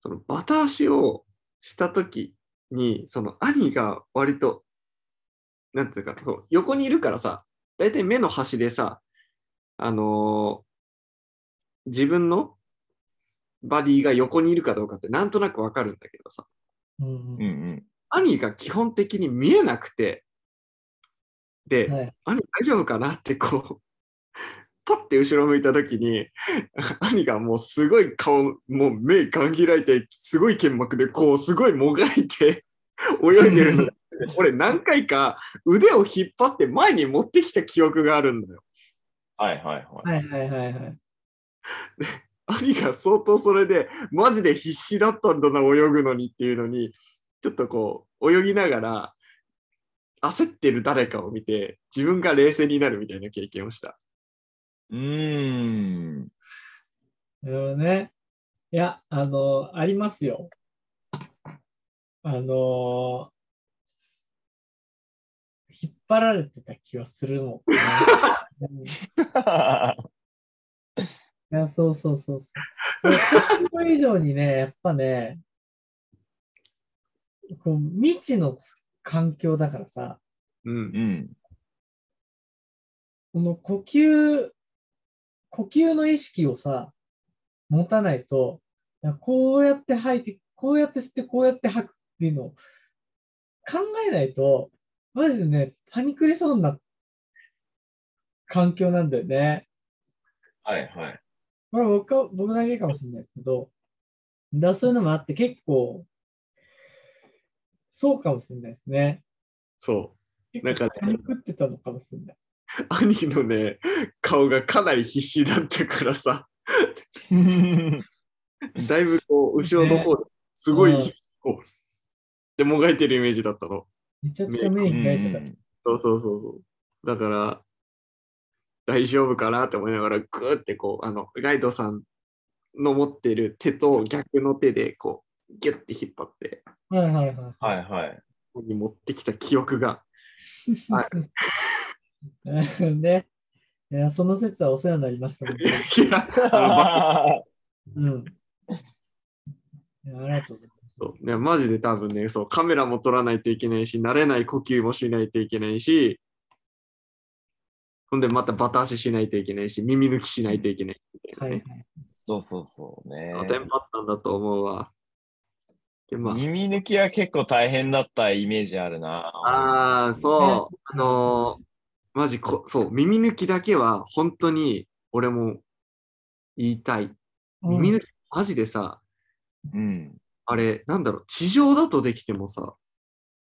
[SPEAKER 3] そのバタ足をした時に、その兄が割と、なんていうか、こう横にいるからさ、大体目の端でさ、あのー自分のバディが横にいるかどうかってなんとなくわかるんだけどさ、
[SPEAKER 2] うん
[SPEAKER 1] うんうん。
[SPEAKER 3] 兄が基本的に見えなくて、で、
[SPEAKER 2] うんはい
[SPEAKER 3] 兄大丈夫かなってこう、パッて後ろ向いた時に、兄がもうすごい顔、もう目がん開いて、すごい剣幕でこう、すごいもがいて泳いでるの。俺何回か腕を引っ張って前に持ってきた記憶があるんだよ。
[SPEAKER 1] はいはいはい。
[SPEAKER 2] はいはいはいはい。
[SPEAKER 3] 兄が相当それで、マジで必死だったんだな、泳ぐのにっていうのに、ちょっとこう、泳ぎながら、焦ってる誰かを見て、自分が冷静になるみたいな経験をした。
[SPEAKER 1] うーん。
[SPEAKER 2] なるほどね。いや、あの、ありますよ。あの、引っ張られてた気はする もん。うんいや、そうそうそうそう。でちょっと以上にね、やっぱね、こう未知の環境だからさ、
[SPEAKER 3] うん
[SPEAKER 1] う。ん。
[SPEAKER 2] この呼吸、呼吸の意識をさ、持たないと、こうやって吐いて、こうやって吸って、こうやって吐くっていうのを考えないと、マジでね、パニクりそうな環境なんだよね。
[SPEAKER 1] はいはい。
[SPEAKER 2] これは僕は僕だけかもしれないですけど、だそういうのもあって結構、そうかもしれないですね。
[SPEAKER 3] そう。なんかね
[SPEAKER 2] パニクってたのかもしれない。
[SPEAKER 3] 兄のね顔がかなり必死だったからさだいぶこう後ろの方ですごい、
[SPEAKER 2] うん
[SPEAKER 3] こうでもがいてるイメージだったの
[SPEAKER 2] めちゃくちゃ目に開いてたんです。
[SPEAKER 3] そうそうそうそうだから大丈夫かなって思いながらグーってこうあのガイドさんの持ってる手と逆の手でこうギュッて引っ張って
[SPEAKER 2] はいはいはい。
[SPEAKER 1] はいはい。
[SPEAKER 3] ここに持ってきた記憶が
[SPEAKER 2] ね。いや、その説はお世話になりました。本当に
[SPEAKER 3] いやあのば
[SPEAKER 2] うん。いやありがとうございます。
[SPEAKER 3] そうね、マジで多分ねそう、カメラも撮らないといけないし、慣れない呼吸もしないといけないし、ほんでまたバタ足しないといけないし、耳抜きしないといけないみた
[SPEAKER 2] はいい
[SPEAKER 3] な、
[SPEAKER 2] はい
[SPEAKER 3] ね。
[SPEAKER 1] そうそうそうね。
[SPEAKER 3] まあテンパったんだと思うわ。で、ま
[SPEAKER 1] 耳抜きは結構大変だったイメージあるな。
[SPEAKER 3] あ、あーそう、あのーマジこ、そう、耳抜きだけは本当に俺も言いたい。
[SPEAKER 2] うん
[SPEAKER 3] 耳抜き、マジでさ、
[SPEAKER 1] うん。
[SPEAKER 3] あれ、なんだろう、地上だとできてもさ、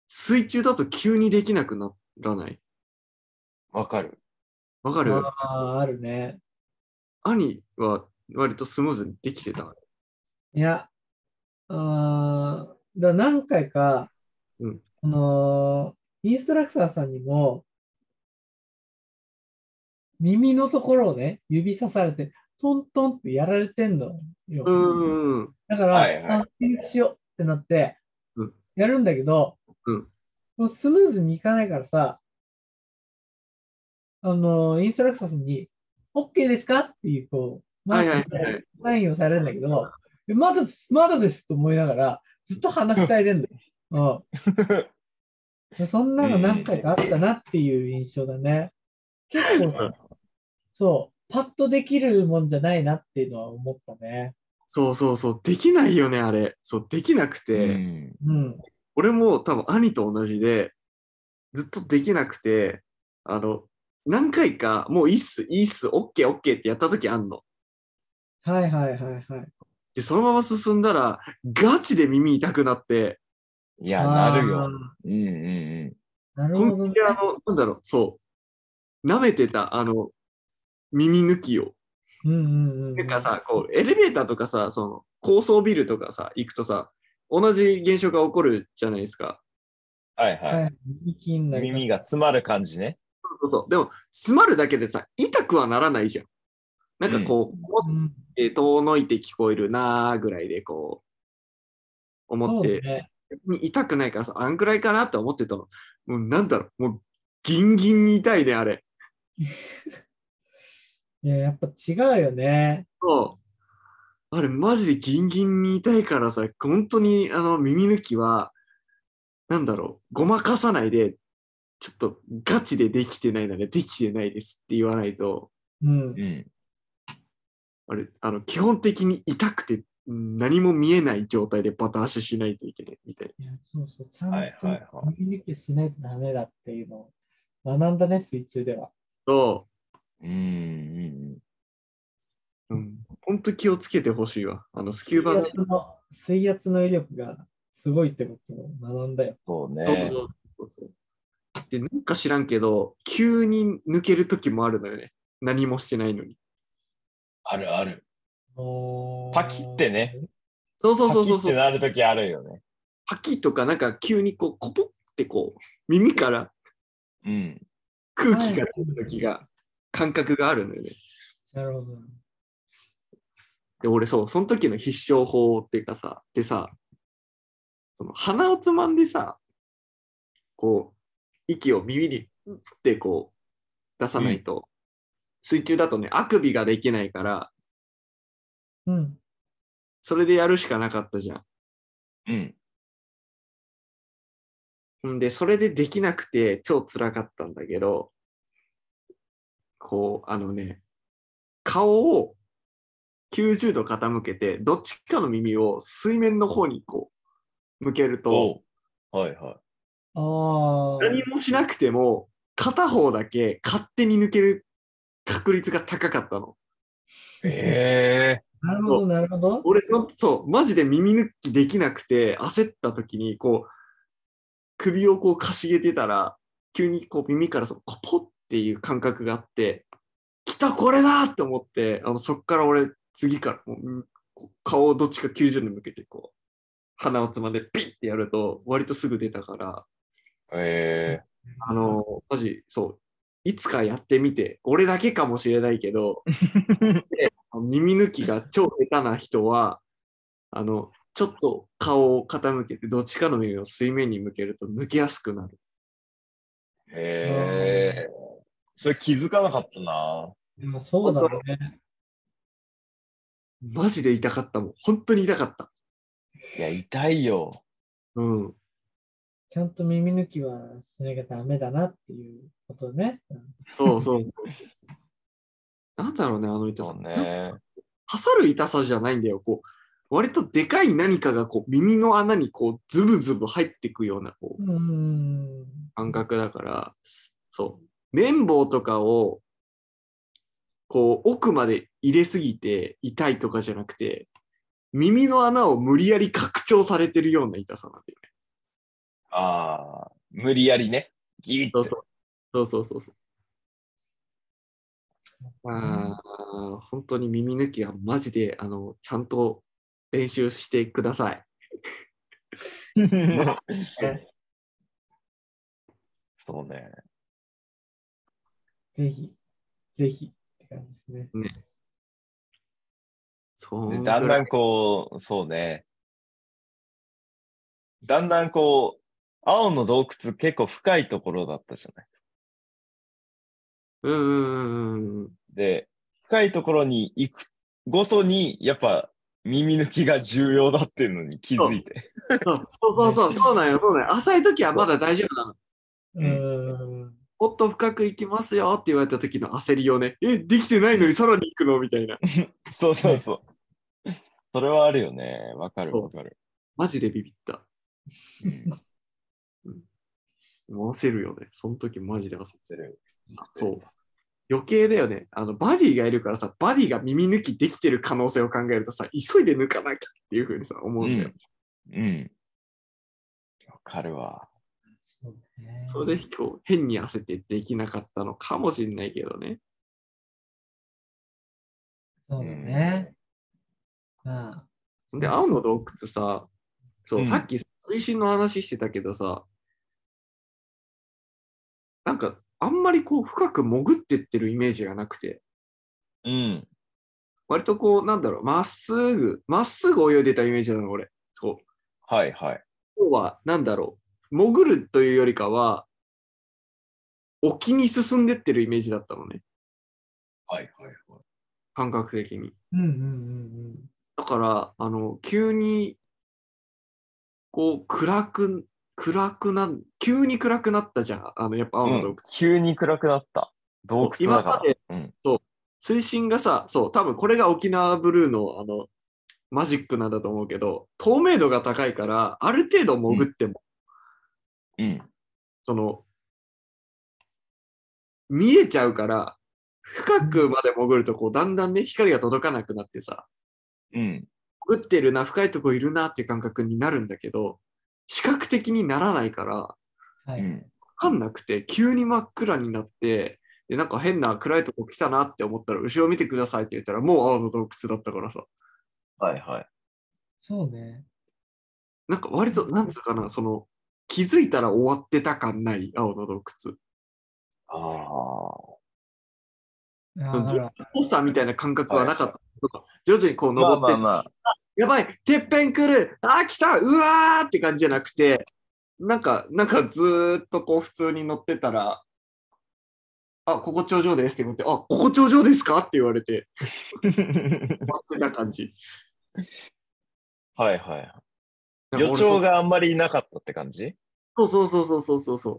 [SPEAKER 3] 水中だと急にできなくならない。
[SPEAKER 1] わかる。
[SPEAKER 3] わかる
[SPEAKER 2] あーあるね。
[SPEAKER 3] 兄は割とスムーズにできてた。
[SPEAKER 2] いや、あーだ何回か、
[SPEAKER 3] うん
[SPEAKER 2] あのーインストラクターさんにも、耳のところをね、指さされて、トントンってやられてんのよ。
[SPEAKER 3] うんうん。
[SPEAKER 2] だから、
[SPEAKER 1] はいはい
[SPEAKER 2] あ起立しようってなって
[SPEAKER 3] うん、
[SPEAKER 2] やるんだけど、
[SPEAKER 3] うん
[SPEAKER 2] もうスムーズにいかないからさ、あの、インストラクターさんに、OK ですかっていう、こう、
[SPEAKER 3] はい
[SPEAKER 2] マ
[SPEAKER 3] はい
[SPEAKER 2] ークされ
[SPEAKER 3] はいは
[SPEAKER 2] るサインをされるんだけど、でまだです、まだですと思いながら、ずっと話したいでんだよ。うん。そんなの何回かあったなっていう印象だね。結構さ、そう、パッとできるもんじゃないなっていうのは思ったね。
[SPEAKER 3] そうそうそう。できないよね、あれ。そう、できなくて。
[SPEAKER 1] うん。
[SPEAKER 2] うん。
[SPEAKER 3] 俺も多分兄と同じで、ずっとできなくて、あの、何回か、もういいっす、いいっす、オッケー、オッケーってやった時あんの。
[SPEAKER 2] はいはいはいはい。
[SPEAKER 3] で、そのまま進んだら、ガチで耳痛くなって、
[SPEAKER 1] いや、なる
[SPEAKER 2] あ
[SPEAKER 1] よ
[SPEAKER 2] ー。。
[SPEAKER 1] うんうん
[SPEAKER 2] なるほど
[SPEAKER 3] 本
[SPEAKER 2] ね
[SPEAKER 3] 気であの、なんだろう、そう、舐めてた、あの、耳抜きを。
[SPEAKER 2] うんうんうん。
[SPEAKER 3] なんかさ、こう、エレベーターとかさ、その、高層ビルとかさ、行くとさ、同じ現象が起こるじゃないですか。
[SPEAKER 1] うん。はいは。
[SPEAKER 2] はいい、耳切んだ
[SPEAKER 1] 耳が詰まる感じね。
[SPEAKER 3] そうそう。でも、詰まるだけでさ、痛くはならないじゃん。なんかこう、思っ
[SPEAKER 2] うん、
[SPEAKER 3] えー遠のいて聞こえるなーぐらいでこう思
[SPEAKER 2] そ
[SPEAKER 3] っ
[SPEAKER 2] う
[SPEAKER 3] て、
[SPEAKER 2] ね。
[SPEAKER 3] 痛くないからさあんぐらいかなって思ってたのもうなんだろうもうギンギンに痛いねあれ
[SPEAKER 2] いや、やっぱ違うよね。
[SPEAKER 3] そうあれマジでギンギンに痛いからさ本当にあの耳抜きはなんだろうごまかさないでちょっとガチでできてないならできてないですって言わないと
[SPEAKER 2] うん
[SPEAKER 1] う。ん。
[SPEAKER 3] あれあの基本的に痛くてうん何も見えない状態でバタ足しないといけないみたいない
[SPEAKER 2] やそうそう、ちゃん
[SPEAKER 1] はいはいはい
[SPEAKER 2] と耳抜きしないとダメだっていうのを学んだね、水中では。
[SPEAKER 3] と
[SPEAKER 1] うんうん
[SPEAKER 3] うん、本当気をつけてほしいわ。あのスキューバ
[SPEAKER 2] 水
[SPEAKER 3] の
[SPEAKER 2] 圧の水圧の威力がすごいってことを学んだよ。
[SPEAKER 1] そう
[SPEAKER 3] そう
[SPEAKER 1] ね。
[SPEAKER 3] そうそうで、なんか知らんけど、急に抜ける時もあるのよね。何もしてないのに。
[SPEAKER 1] あるある。
[SPEAKER 2] おー
[SPEAKER 1] パキってね。
[SPEAKER 3] そうそうそうそ
[SPEAKER 1] パ
[SPEAKER 3] う
[SPEAKER 1] キ
[SPEAKER 3] そ
[SPEAKER 1] って
[SPEAKER 3] う。
[SPEAKER 1] なるときあるよね。
[SPEAKER 3] パキとか、なんか急にこう、コポってこう、耳から
[SPEAKER 1] うん。
[SPEAKER 3] 空気が出る時が、感覚があるのよね。
[SPEAKER 2] なるほど。
[SPEAKER 3] で、俺そう、その時の必勝法っていうかさ、でさ、その鼻をつまんでさ、こう、息を耳にうってこう、出さないと、水中だとね、あくびができないから、
[SPEAKER 2] うん。
[SPEAKER 3] それでやるしかなかったじゃん。
[SPEAKER 1] うん。
[SPEAKER 3] ほんで、それでできなくて、超辛かったんだけど、こう、あのね、顔を90度傾けて、どっちかの耳を水面の方にこう、向ける
[SPEAKER 1] お
[SPEAKER 3] と、
[SPEAKER 1] うはいは
[SPEAKER 2] ああ。
[SPEAKER 3] 何もしなくても片方だけ勝手に抜ける確率が高かったの。
[SPEAKER 1] い。へえ。
[SPEAKER 2] なるほど、なるほど。
[SPEAKER 3] 俺そ、そう、マジで耳抜きできなくて焦った時に、こう、首をこうかしげてたら、急にこう耳からそうコポっていう感覚があって、来たこれだと思って、あのそっから俺、次からもううんこう顔をどっちか90度に向けて、こう、鼻をつまんでピッてやると、割とすぐ出たから、
[SPEAKER 1] へえ。
[SPEAKER 3] あの、マジ、そう、いつかやってみて、俺だけかもしれないけど、で耳抜きが超下手な人は、あの、ちょっと顔を傾けて、どっちかの耳を水面に向けると抜けやすくなる。
[SPEAKER 1] へえ。それ気づかなかったな。
[SPEAKER 2] まあ、そうだろうね。
[SPEAKER 3] マジで痛かったもん。本当に痛かった。
[SPEAKER 1] いや、痛いよ。
[SPEAKER 3] うん。
[SPEAKER 2] ちゃんと耳抜きはしなきゃダメだなっていうことね。
[SPEAKER 3] そうそうそう。なんだろうね、あの痛
[SPEAKER 1] そ
[SPEAKER 3] さ。
[SPEAKER 1] うね。
[SPEAKER 3] 刺さる痛さじゃないんだよ。こう、割とでかい何かがこう耳の穴にこうズブズブ入ってくような、こう、
[SPEAKER 2] うーん。
[SPEAKER 3] 感覚だから、そう。綿棒とかをこう、奥まで入れすぎて痛いとかじゃなくて、耳の穴を無理やり拡張されてるような痛さなんで。
[SPEAKER 1] ああ、無理やりね。ギーッ
[SPEAKER 3] そう
[SPEAKER 1] と。
[SPEAKER 3] そう。そうそうそうそう。ああ、本当に耳抜きはマジで、あの、ちゃんと練習してください。
[SPEAKER 1] そうね。
[SPEAKER 2] ぜひ、ぜひって感じですね。
[SPEAKER 3] そう。
[SPEAKER 1] でだんだんこう、そうね。だんだんこう、青の洞窟結構深いところだったじゃない
[SPEAKER 3] うんうんうんうん。
[SPEAKER 1] で、深いところに行くごとに、やっぱ耳抜きが重要だっていうのに気づいて。
[SPEAKER 3] そうそうそうそう、そうなんよ、そうなんよ。浅い時はまだ大丈夫なの。
[SPEAKER 2] うーん。
[SPEAKER 3] もっと深く行きますよって言われた時の焦りをね、え、できてないのにさらに行くのみたいな。
[SPEAKER 1] そうそうそう。それはあるよね。わかるわかる。
[SPEAKER 3] マジでビビった。
[SPEAKER 1] うん
[SPEAKER 3] 焦るよね。その時マジで焦る。
[SPEAKER 1] 知ってる
[SPEAKER 3] そう。余計だよね。あの、バディがいるからさ、バディが耳抜きできてる可能性を考えるとさ、急いで抜かなきゃっていうふうにさ、思うんだよ。
[SPEAKER 1] うん。わかるわ。
[SPEAKER 2] そうね
[SPEAKER 3] それで今日、変に焦ってできなかったのかもしれないけどね。
[SPEAKER 2] そうだね。まあ、
[SPEAKER 3] で、青の洞窟さ、そう、
[SPEAKER 1] うん
[SPEAKER 3] さっき水深の話してたけどさ、なんか、あんまりこう、深く潜ってってるイメージがなくて、
[SPEAKER 1] うん。
[SPEAKER 3] 割とこう、なんだろう、まっすぐ、まっすぐ泳いでたイメージなの、俺。そう。
[SPEAKER 1] はいはい。
[SPEAKER 3] 要は、なんだろう、潜るというよりかは、沖に進んでってるイメージだったのね、
[SPEAKER 1] はいはいはい。
[SPEAKER 3] 感覚的に。
[SPEAKER 2] うんうんうんうん。
[SPEAKER 3] だから、あの、急に、こう、暗く、暗くなん、急に暗くなったじゃん。あの、やっぱ青の洞
[SPEAKER 1] うん。
[SPEAKER 3] 窟
[SPEAKER 1] 急に暗くなった。洞窟だ
[SPEAKER 3] 今ま
[SPEAKER 1] か
[SPEAKER 3] で
[SPEAKER 1] ら。うん。
[SPEAKER 3] 水深がさ、そう、多分これが沖縄ブルーの、あの、マジックなんだと思うけど、透明度が高いから、ある程度潜っても、
[SPEAKER 1] うん。
[SPEAKER 3] その、見えちゃうから、深くまで潜ると、こう、だんだんね、光が届かなくなってさ、
[SPEAKER 1] うん。
[SPEAKER 3] 潜ってるな、深いとこいるなって感覚になるんだけど、視覚的にならないから、わ
[SPEAKER 2] は
[SPEAKER 1] う
[SPEAKER 2] い。
[SPEAKER 1] ん。
[SPEAKER 3] かんなくて、急に真っ暗になって、で、なんか変な暗いとこ来たなって思ったら、後ろ見てくださいって言ったら、もう青の洞窟だったからさ、
[SPEAKER 1] はいはい。
[SPEAKER 2] そうね。
[SPEAKER 3] なんか割と、なんつうかな、その、気づいたら終わってた感ない、青の洞窟。
[SPEAKER 1] ああ。
[SPEAKER 2] だから、
[SPEAKER 3] ポスターみたいな感覚はなかった。徐々にこう登ってって、
[SPEAKER 1] まあ。
[SPEAKER 3] やばい、てっぺん来る、あー、来た、うわーって感じじゃなくて、なんか、なんかずーっとこう普通に乗ってたら、あ、ここ頂上ですって言われて、あ、ここ頂上ですかって言われて、待ってた感じ。
[SPEAKER 1] はいはい。予兆。があんまりなかったって感じ
[SPEAKER 3] そうそうそうそうそうそうそう。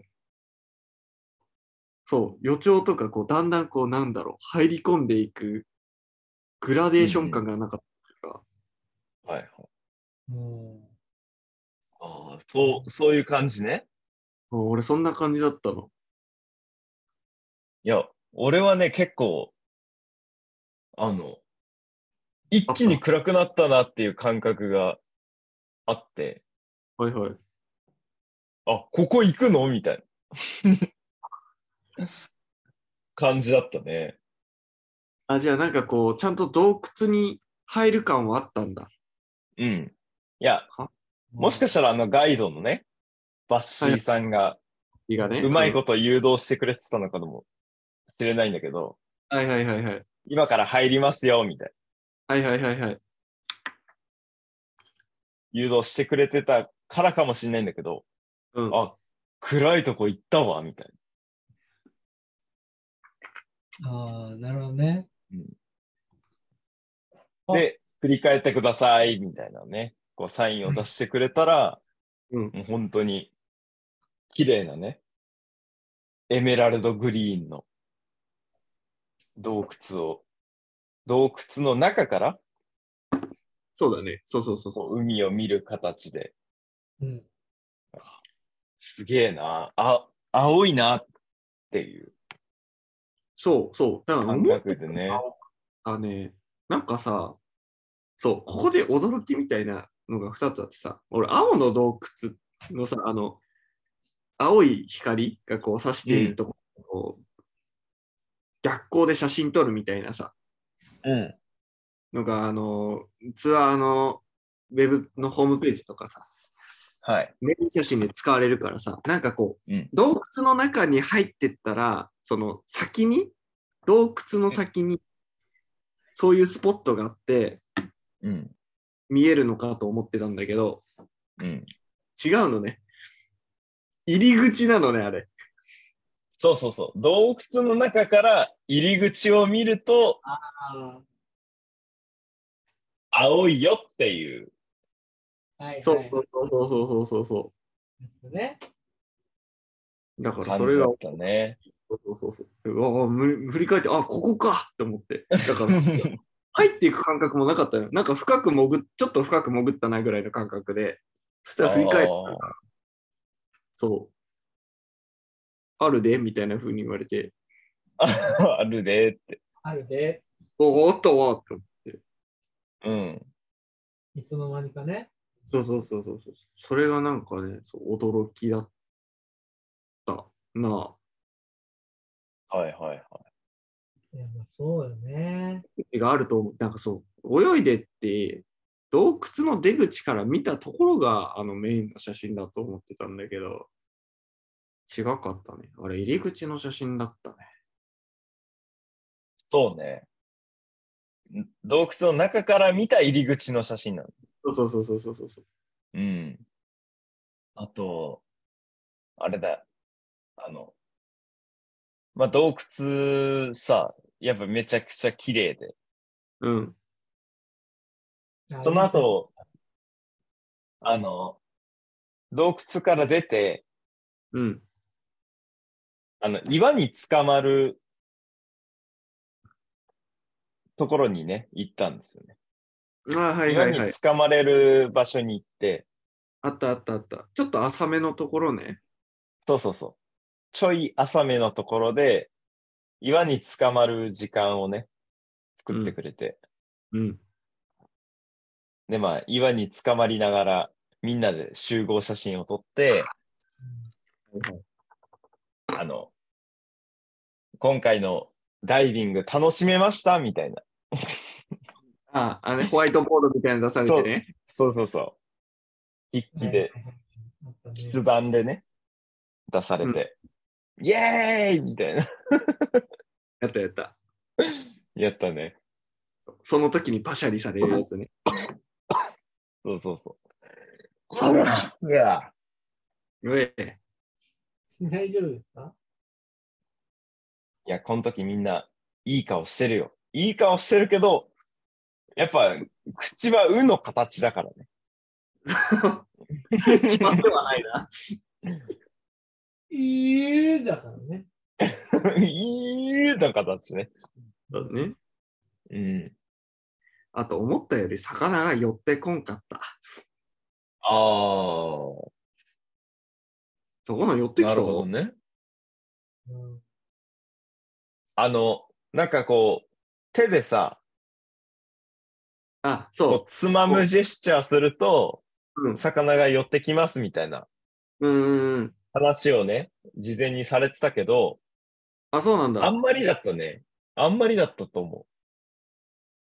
[SPEAKER 3] そう、予兆とか、こう、だんだんこう、なんだろう、入り込んでいく、グラデーション感がなかっ
[SPEAKER 1] はいはい。
[SPEAKER 2] も
[SPEAKER 1] ああ、そう、そういう感じね。
[SPEAKER 3] た。もう俺、そんな感じだったの。
[SPEAKER 1] いや、俺はね、結構、あの、一気に暗くなったなっていう感覚があって、
[SPEAKER 3] はいはい。
[SPEAKER 1] あ、ここ行くのみたいな 感じだったね。
[SPEAKER 3] あ、じゃあなんかこう、ちゃんと洞窟に入る感はあったんだ。
[SPEAKER 1] うん。いや、
[SPEAKER 2] う、
[SPEAKER 1] もしか
[SPEAKER 2] し
[SPEAKER 1] したらあのガイドのね、バッシーさんが
[SPEAKER 3] いがね。
[SPEAKER 1] うまい
[SPEAKER 3] と。
[SPEAKER 1] こと誘導してくれてたのかもしれないんだけど、
[SPEAKER 3] はいはいはいはい。
[SPEAKER 1] 今から入りますよ、みたいな。
[SPEAKER 3] はいはいはいはい。
[SPEAKER 1] 誘導してくれてたからかもしれないんだけど、
[SPEAKER 3] うん。
[SPEAKER 1] あ、暗いとこ行ったわ、みたいな。
[SPEAKER 2] ああ、なるほどね。あ
[SPEAKER 1] で、振り返ってください、みたいなね、こうサインを出してくれたら、
[SPEAKER 3] うん
[SPEAKER 1] もう本当に、綺麗なね、エメラルドグリーンの洞窟を、洞窟の中から
[SPEAKER 3] そうだね。そうそうそう
[SPEAKER 1] こ
[SPEAKER 3] そう
[SPEAKER 1] 海を見る形で、
[SPEAKER 2] うん。
[SPEAKER 1] すげえな、あ、青いなっていう。
[SPEAKER 3] そうそう。だから
[SPEAKER 1] 感
[SPEAKER 3] 思っ
[SPEAKER 1] 覚でね。
[SPEAKER 3] たね、なんかさ、そう、ここで驚きみたいなのが2つあってさ、俺、青の洞窟のさ、あの、青い光がこう差しているところ、こう逆光で写真撮るみたいなさ、
[SPEAKER 1] うん。
[SPEAKER 3] のが、あの、ツアーのウェブのホームページとかさ、
[SPEAKER 1] はい。
[SPEAKER 3] メイン写真で使われるからさ、なんかこう、
[SPEAKER 1] うん
[SPEAKER 3] 洞窟の中に入ってったら、その先に、洞窟の先に、そういうスポットがあって、
[SPEAKER 1] うん。
[SPEAKER 3] 見えるのかと思ってたんだけど、
[SPEAKER 1] うん。
[SPEAKER 3] 違うのね。入り口なのね、あれ。
[SPEAKER 1] そうそうそう。洞窟の中から入り口を見ると、青いよっていう。
[SPEAKER 2] はいはい。
[SPEAKER 3] そうそうそうそうそうそうそ
[SPEAKER 2] ですね。
[SPEAKER 3] う。だから
[SPEAKER 1] 感
[SPEAKER 3] そ
[SPEAKER 1] じ
[SPEAKER 3] れ
[SPEAKER 1] だ
[SPEAKER 3] が、
[SPEAKER 1] ったね。
[SPEAKER 3] そうそうそう。うわむ振り返って、あ、ここかと思って。だから、入っていく感覚もなかったよ。なんか深く潜っ、ちょっと深く潜ったなぐらいの感覚で、そしたら振り返っ
[SPEAKER 1] あ
[SPEAKER 3] たら、そう。あるでみたいな風に言われて、
[SPEAKER 1] ーあるでって。
[SPEAKER 2] あるで、
[SPEAKER 3] おおっとおっと。
[SPEAKER 1] うん。
[SPEAKER 2] いつの間にかね。
[SPEAKER 3] そうそうそうそうそう。それがなんかね、そう驚きだったなあ。
[SPEAKER 1] はいはいはい。
[SPEAKER 2] いやまあそうよね。
[SPEAKER 3] があると思う。なんかそう、泳いでって、洞窟の出口から見たところがあのメインの写真だと思ってたんだけど、違かったね。あれ、入り口の写真だったね。
[SPEAKER 1] そうね。ん洞窟の中から見た入り口の写真なの。
[SPEAKER 3] そうそうそうそうそうそう。
[SPEAKER 1] うん。あと、あれだ。あの、まあ、洞窟さ、やっぱめちゃくちゃ綺麗で。
[SPEAKER 3] うん。
[SPEAKER 1] その後、あの、洞窟から出て、
[SPEAKER 3] うん。
[SPEAKER 1] あの、岩につかまるところにね、行ったんですよね。
[SPEAKER 3] あーはいはい
[SPEAKER 1] 岩
[SPEAKER 3] は
[SPEAKER 1] に
[SPEAKER 3] い
[SPEAKER 1] つ。かまれる場所に行って、
[SPEAKER 3] あったあったあった。ちょっと浅めのところね。
[SPEAKER 1] そうそうそう。ちょい浅めのところで、岩につかまる時間をね、作ってくれて、
[SPEAKER 3] うん。
[SPEAKER 1] で、まあ、岩につかまりながら、みんなで集合写真を撮って、あの、今回のダイビング楽しめましたみたいな。
[SPEAKER 3] ああ、あ のホワイトボードみたいなの出されてね。
[SPEAKER 1] そうそうそう。筆記で、
[SPEAKER 2] はいはいはい、
[SPEAKER 1] 筆談でね、出されて、イエーイみたいな。
[SPEAKER 3] やったやった。
[SPEAKER 1] やったね。
[SPEAKER 3] その時にパシャリされるやつね。
[SPEAKER 1] そうそうそう。うわうわ
[SPEAKER 3] うえ。
[SPEAKER 2] 大丈夫ですか
[SPEAKER 1] いや、この時みんないい顔してるよ。いい顔してるけど、やっぱ口はうの形だからね。
[SPEAKER 3] 決まってはないな。
[SPEAKER 2] いいだからね。
[SPEAKER 1] いいの形ね。
[SPEAKER 3] そうね。
[SPEAKER 1] うん。
[SPEAKER 3] あと思ったより魚が寄ってこんかった。
[SPEAKER 1] ああ。
[SPEAKER 3] そこの寄ってき
[SPEAKER 1] なるほど
[SPEAKER 3] そう。
[SPEAKER 1] ね。
[SPEAKER 2] うん、
[SPEAKER 1] あの、なんかこう、手でさ、
[SPEAKER 3] あ、
[SPEAKER 1] こ
[SPEAKER 3] そう
[SPEAKER 1] つまむジェスチャーすると、
[SPEAKER 3] う。うん
[SPEAKER 1] 魚が寄ってきますみたいな
[SPEAKER 3] うんうん。
[SPEAKER 1] 話をね、事前にされてたけど、
[SPEAKER 3] あ、そうなん
[SPEAKER 1] あ
[SPEAKER 3] だ。
[SPEAKER 1] んまりだったね。あんまりだったと思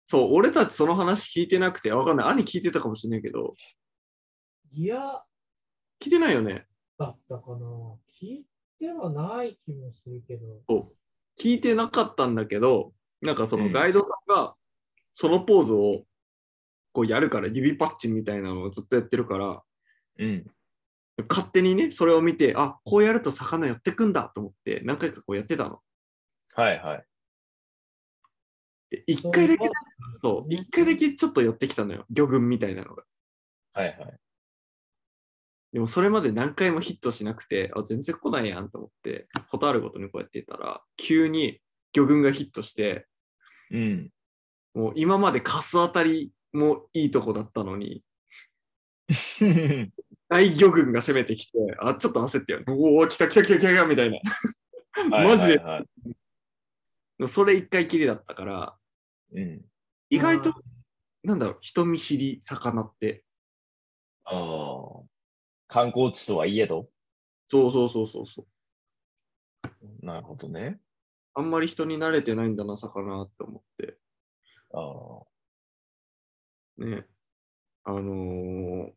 [SPEAKER 3] そう、俺たちその話聞いてなくて、あわかんない。兄聞いてたかもしれないけど、
[SPEAKER 2] いや、
[SPEAKER 3] 聞いてないよね。
[SPEAKER 2] だったかな。聞いてはない気もするけど。
[SPEAKER 3] そう。聞いてなかったんだけど、なんかそ
[SPEAKER 1] うん
[SPEAKER 3] のガイドさんが、そのポーズをこうやるから、指パッチンみたいなのをずっとやってるから、
[SPEAKER 1] う。うん。
[SPEAKER 3] 勝手にね、それを見て、あ、こうやると魚寄ってくんだと思って、何回かこうやってたの。
[SPEAKER 1] はいはい。
[SPEAKER 3] で、一回だけ、
[SPEAKER 2] そ
[SPEAKER 3] そうう、一回だけちょっと寄ってきたのよ。魚群みたいなのが。
[SPEAKER 1] はいはい。
[SPEAKER 3] でもそれまで何回もヒットしなくて、あ、全然来ないやんと思って、ことあるごとにこうやってたら、急に魚群がヒットして、
[SPEAKER 1] うん。
[SPEAKER 3] もう今までカス当たりもいいとこだったのに、大魚群が攻めてきて、あ、ちょっと焦ったよね。おお、来た来た来た来た来たみたいな。マジで
[SPEAKER 1] はいはいはい
[SPEAKER 3] でもそれ一回きりだったから、
[SPEAKER 1] うん。
[SPEAKER 3] 意外
[SPEAKER 2] う
[SPEAKER 3] と、なんだろう、人見知り、魚って。
[SPEAKER 1] ああ。観光地とはいえど。
[SPEAKER 3] そうそうそうそうそう。
[SPEAKER 1] なるほどね。
[SPEAKER 3] あんまり人に慣れてないんだな、魚って思って。
[SPEAKER 1] ああ。
[SPEAKER 3] ね。あのー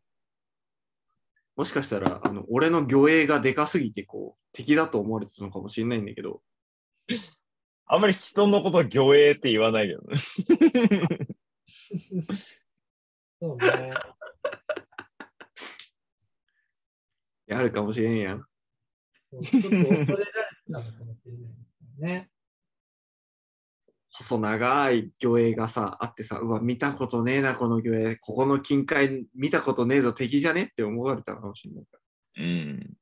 [SPEAKER 3] もしかしたら、あの俺の魚影がでかすぎて、こう、敵だと思われてたのかもしれないんだけど、
[SPEAKER 1] あんまり人のこと魚影って言わないけどね。
[SPEAKER 2] そうね。
[SPEAKER 3] いやあるかもしれんやん。
[SPEAKER 2] ちょっと恐れられてたのかもしれないですよね。
[SPEAKER 3] 細長い魚影がさ、あってさ、うわ、見たことねえな、この魚影。ここの近海見たことねえぞ、敵じゃねって思われたのかもしれないか
[SPEAKER 1] うん。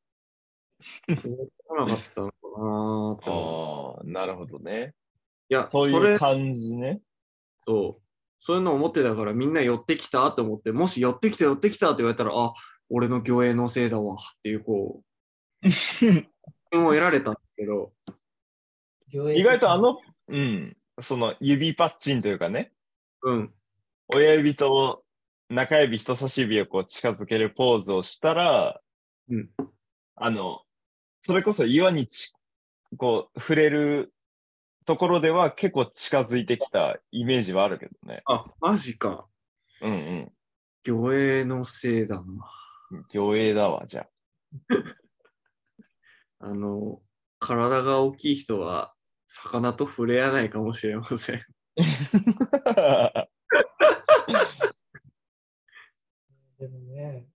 [SPEAKER 3] ら。思わなかったのかなーって思 う。
[SPEAKER 1] ああ、なるほどね。
[SPEAKER 3] いや、
[SPEAKER 1] そう
[SPEAKER 3] そ
[SPEAKER 1] い
[SPEAKER 3] れ
[SPEAKER 1] う感じね。
[SPEAKER 3] そう。そういうのを思ってたから、みんな寄ってきたと思って、もし寄ってきた、寄ってきたって言われたら、あ、俺の魚影のせいだわっていう、こう、点を得られたんだけど、
[SPEAKER 1] 意外とあ
[SPEAKER 2] の
[SPEAKER 1] の、うん。その指パッチンというかね、
[SPEAKER 3] うん、
[SPEAKER 1] 親指と中指、人差し指をこう近づけるポーズをしたら、
[SPEAKER 3] うん
[SPEAKER 1] あの、それこそ岩にちこう触れるところでは結構近づいてきたイメージはあるけどね。
[SPEAKER 3] あ、マジか。
[SPEAKER 1] うんうん。
[SPEAKER 3] 魚影のせいだな。
[SPEAKER 1] 魚影だわ、じゃあ。
[SPEAKER 3] あの、体が大きい人は、魚と触れ合わないかもしれません。
[SPEAKER 2] でもね、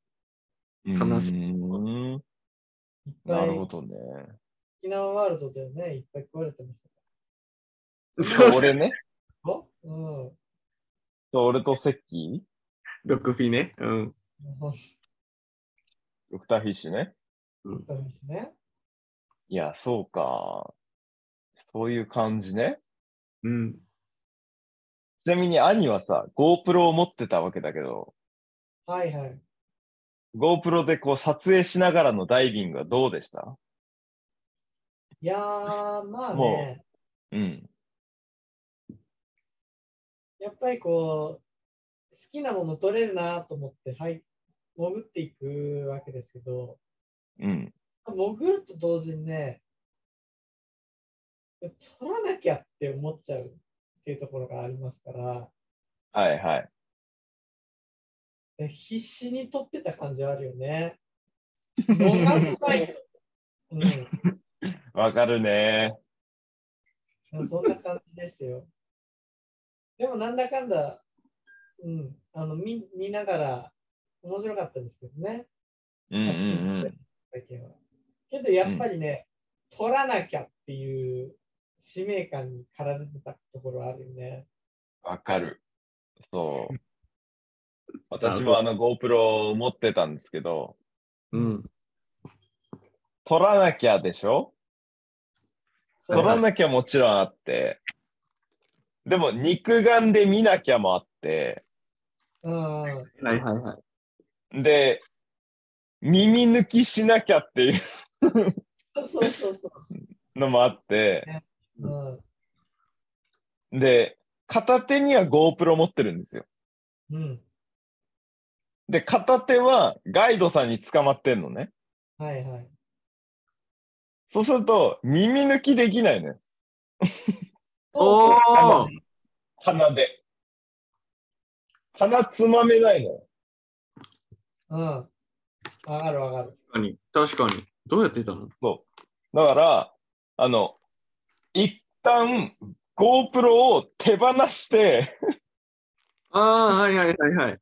[SPEAKER 3] 悲し
[SPEAKER 1] い。
[SPEAKER 2] いっぱ
[SPEAKER 1] ないるほ
[SPEAKER 2] 沖
[SPEAKER 1] どね。
[SPEAKER 2] 縄ワールドでね、いっぱい食われてました
[SPEAKER 1] そう 俺ね、
[SPEAKER 2] よ。うん。
[SPEAKER 1] そう俺とセッキ
[SPEAKER 3] ドクフィね。うん。
[SPEAKER 2] そう
[SPEAKER 1] ー、ドクターフィッシュね。
[SPEAKER 2] だったんですね。
[SPEAKER 1] いや、そうか。そういう感じね。
[SPEAKER 3] うん。
[SPEAKER 1] ちなみに兄はさ、GoPro を持ってたわけだけど、
[SPEAKER 2] はいはい。
[SPEAKER 1] GoPro でこう撮影しながらのダイビングはどうでした
[SPEAKER 2] いやー、まあ
[SPEAKER 1] も
[SPEAKER 2] ね、
[SPEAKER 1] うん。
[SPEAKER 2] やっぱりこう、好きなもの取れるなと思って、はい、潜っていくわけですけど、
[SPEAKER 1] うん。
[SPEAKER 2] 潜ると同時にね、取らなきゃって思っちゃうっていうところがありますから、
[SPEAKER 1] はいはい。
[SPEAKER 2] で必死に取ってた感じはあるよね。逃さないと。う
[SPEAKER 1] わかるね。
[SPEAKER 2] ん、そんな感じですよ。でもなんだかんだ、うん、あの見見ながら面白かったですけどね、
[SPEAKER 1] うんうん
[SPEAKER 2] 体験は。けどやっぱりね、取らなきゃっていう使命感に駆られてたところはあるよね。
[SPEAKER 1] うん。わかる。そう。私もあの GoPro を持ってたんですけど、
[SPEAKER 3] うん。
[SPEAKER 1] 撮らなきゃでしょ
[SPEAKER 2] そう
[SPEAKER 1] 撮らなきゃもちろんあって、でも肉眼で見なきゃもあって、
[SPEAKER 2] うん、
[SPEAKER 3] はいはいはい。
[SPEAKER 1] で、耳抜きしなきゃっていう
[SPEAKER 2] そうそうそう。
[SPEAKER 1] のもあって、
[SPEAKER 2] うん
[SPEAKER 1] で、片手には GoPro 持ってるんですよ。
[SPEAKER 2] うん。
[SPEAKER 1] で、片手はガイドさんに捕まってんのね。
[SPEAKER 2] はいはい。
[SPEAKER 1] そうすると、耳抜きできないのよ。
[SPEAKER 3] お
[SPEAKER 2] そう
[SPEAKER 3] ー
[SPEAKER 1] 鼻で。鼻つまめないのよ。
[SPEAKER 2] うん。わかるわかる。
[SPEAKER 3] 確かに。確かに。どうやってたの
[SPEAKER 1] だから、あの、一旦 GoPro を手放して、
[SPEAKER 3] ああ、はいはいはいはい。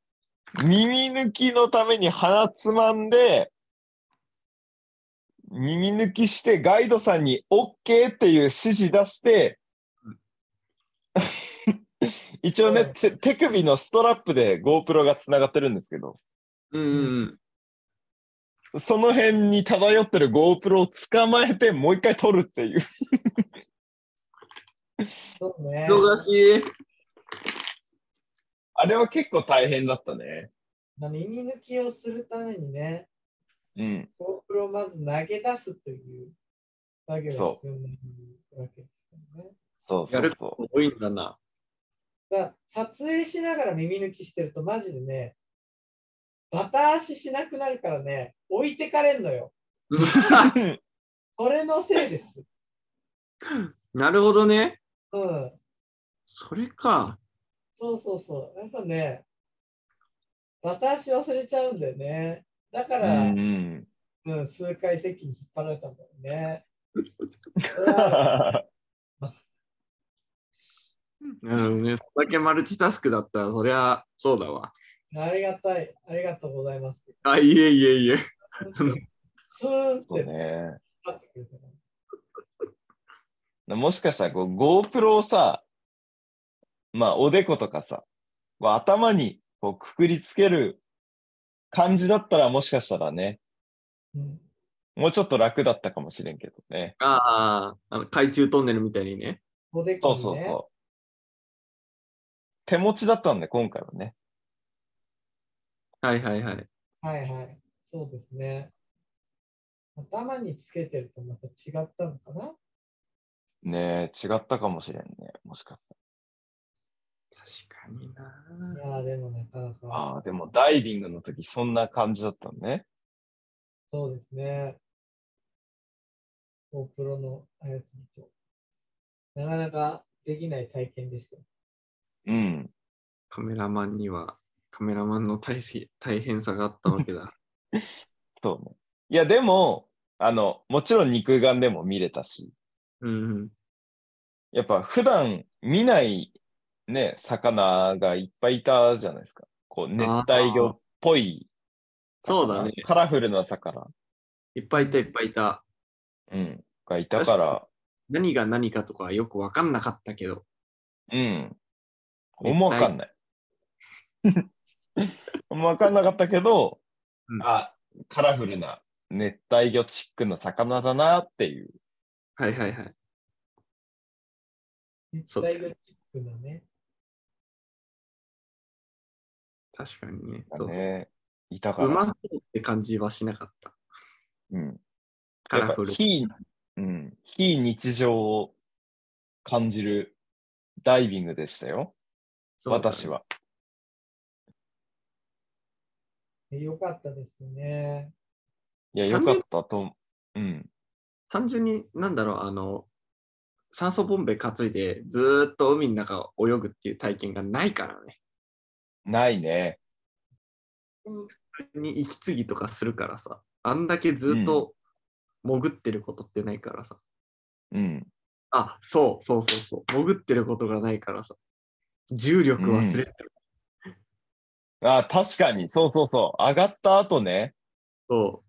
[SPEAKER 1] 耳抜きのために鼻つまんで、耳抜きしてガイドさんに OK っていう指示出して、 一応ね、
[SPEAKER 2] うん
[SPEAKER 1] 手手首のストラップで GoPro がつながってるんですけど、
[SPEAKER 3] うんうん
[SPEAKER 1] その辺に漂ってる GoPro を捕まえてもう一回撮るっていう。
[SPEAKER 2] そうね。
[SPEAKER 3] うん。忙しい。
[SPEAKER 1] あれは結構大変だったね。
[SPEAKER 2] あの耳抜きをするためにね、
[SPEAKER 1] うん。
[SPEAKER 2] GoPro をまず投げ出すという作業が必要になるわけですよね。
[SPEAKER 1] そう
[SPEAKER 3] や
[SPEAKER 1] そう
[SPEAKER 3] る
[SPEAKER 1] そ
[SPEAKER 3] と多いん だな。
[SPEAKER 2] だ撮影しながら耳抜きしてるとマジでね、バタ足しなくなるからね、置いてかれんのよ。
[SPEAKER 1] う。
[SPEAKER 2] それのせいです。
[SPEAKER 3] なるほどね。
[SPEAKER 2] うん。
[SPEAKER 3] それか。
[SPEAKER 2] そうそうそう。やっぱね、バタ足忘れちゃうんだよね。だか
[SPEAKER 1] う
[SPEAKER 2] ら、うんん、
[SPEAKER 1] うん。
[SPEAKER 2] 数回席に引っ張られたんだよ ね。それは
[SPEAKER 1] あ
[SPEAKER 3] なるほどね。それだけマルチタスクだったら、そりゃそうだわ。
[SPEAKER 2] ありがたい。ありがとうござ います。
[SPEAKER 3] あ、いえいえいえ。
[SPEAKER 2] スーンっ
[SPEAKER 1] そう
[SPEAKER 2] て
[SPEAKER 1] ね。
[SPEAKER 2] 引っ張ってくるから。
[SPEAKER 1] もしかしたらこう GoPro をさ、まあおでことかさ、まあ頭にこうくくりつける感じだったらもしかしたらね、
[SPEAKER 2] うん、
[SPEAKER 1] もうちょっと楽だったかもしれんけどね。
[SPEAKER 3] ああ、あの海中トンネルみたいにね。
[SPEAKER 2] おで
[SPEAKER 1] そ
[SPEAKER 2] こ
[SPEAKER 1] う
[SPEAKER 2] に
[SPEAKER 1] そう
[SPEAKER 2] ね。
[SPEAKER 1] そう。手持ちだったんで、今回はね。
[SPEAKER 3] はいはいはい。
[SPEAKER 2] はいはい、そうですね。頭につけてるとまた違ったのかな
[SPEAKER 1] ねえ、違ったかもしれんね。もしかした
[SPEAKER 3] 確かにない
[SPEAKER 2] やーでもなかな
[SPEAKER 1] ら。
[SPEAKER 2] か、
[SPEAKER 1] ああ、でもダイビングの時そんな感じだったのね。
[SPEAKER 2] そうですね。GoPro の操りと、なかなかできない体験でした。
[SPEAKER 1] うん。
[SPEAKER 3] カメラマンには、カメラマンの大し大変さがあったわ けだ。
[SPEAKER 1] そうね。いや、でも、あの、もちろん肉眼でも見れたし、
[SPEAKER 3] うん
[SPEAKER 1] やっぱ普段見ないね、魚がいっぱいいたじゃないですか。こう、熱帯魚っぽい。
[SPEAKER 3] そうだね。
[SPEAKER 1] カラフルな魚。
[SPEAKER 3] いっぱいいたいっぱいいた。
[SPEAKER 1] うん。がいたから、
[SPEAKER 3] 何が何かとかよくわかんなかったけど。
[SPEAKER 1] うん。思わかん ない。思わかんなかったけど、
[SPEAKER 3] うん
[SPEAKER 1] あ、カラフルな熱帯魚チックな魚だなっていう。
[SPEAKER 3] はいはいはい。
[SPEAKER 2] 熱
[SPEAKER 3] そうだ
[SPEAKER 2] 帯
[SPEAKER 3] ね
[SPEAKER 2] 魚チックなね。
[SPEAKER 3] 確かにね。そうそうそう
[SPEAKER 1] ね、いたから。
[SPEAKER 3] うまそうって感じはしなかった。
[SPEAKER 1] うん。
[SPEAKER 3] カラフル
[SPEAKER 1] やっぱ。非、うん、非日常を感じるダイビングでしたよ、
[SPEAKER 3] そうだね
[SPEAKER 1] 私。は。
[SPEAKER 2] よかったですね。
[SPEAKER 1] いや、よかったと、うん。
[SPEAKER 3] 単純に、なんだろう、あの、酸素ボンベ担いでずーっと海の中を泳ぐっていう体験がないからね。
[SPEAKER 1] ないね。
[SPEAKER 3] に息継ぎとかするからさ、あんだけずーっと潜ってることってないからさ。
[SPEAKER 1] うん。
[SPEAKER 3] あ、そうそうそうそう。潜ってることがないからさ。重力忘れてる。
[SPEAKER 1] あ、確かに、そうそうそう。上がった後ね、
[SPEAKER 3] そ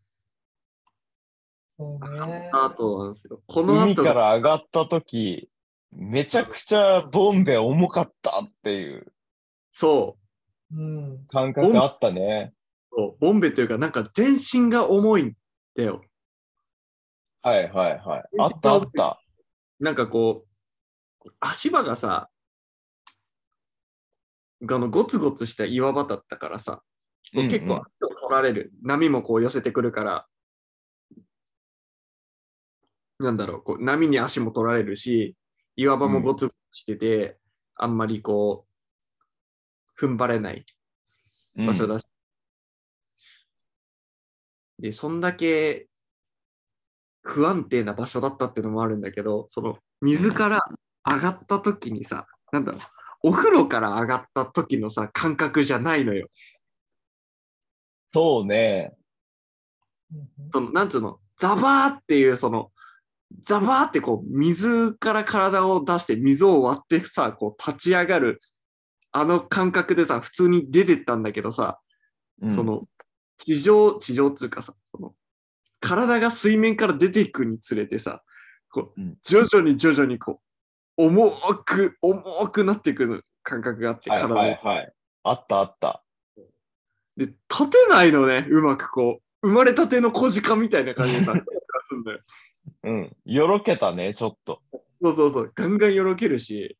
[SPEAKER 2] そう
[SPEAKER 3] う。
[SPEAKER 2] ね。
[SPEAKER 3] あとなんですよ。この
[SPEAKER 1] 海
[SPEAKER 3] 後
[SPEAKER 1] か
[SPEAKER 3] が、
[SPEAKER 1] ら上がった時、めちゃくちゃボンベ重かったっていう
[SPEAKER 3] そう。
[SPEAKER 2] うん。
[SPEAKER 1] 感覚あったね。
[SPEAKER 3] そうボンベというか、なんか全身が重いんだよ。
[SPEAKER 1] はいはいはい。あったあった。
[SPEAKER 3] なんかこう、足場がさ、あのゴツゴツした岩場だったからさ、
[SPEAKER 1] うんうん
[SPEAKER 3] 結構足を取られる。波もこう寄せてくるから、なんだろう、こう波に足も取られるし、岩場もゴツゴツしてて、あんまりこう、踏ん張れない場所だし。で、そんだけ不安定な場所だったっていうのもあるんだけど、その水から上がった時にさ、なんだろう、お風呂から上がった時のさ、感覚じゃないのよ。
[SPEAKER 1] そうね。
[SPEAKER 2] うん
[SPEAKER 3] そのなんつうの、ザバーっていう、その、ザバーってこう、水から体を出して、水を割ってさ、こう、立ち上がる、あの感覚でさ、普通に出てったんだけどさ、
[SPEAKER 1] うん
[SPEAKER 3] その地上、地上っていうかさ、その体が水面から出ていくにつれてさ、こう
[SPEAKER 1] うん
[SPEAKER 3] 徐々に徐々にこう、重く、重くなっていく感覚があって、
[SPEAKER 1] はい
[SPEAKER 3] 体が、
[SPEAKER 1] はいはい。あったあった。
[SPEAKER 3] で、立てないのね、うまくこう、生まれたての小鹿みたいな感じで さ、すんだよ
[SPEAKER 1] うん。よろけたね、ちょっと。
[SPEAKER 3] そうそうそう、ガンガンよろけるし、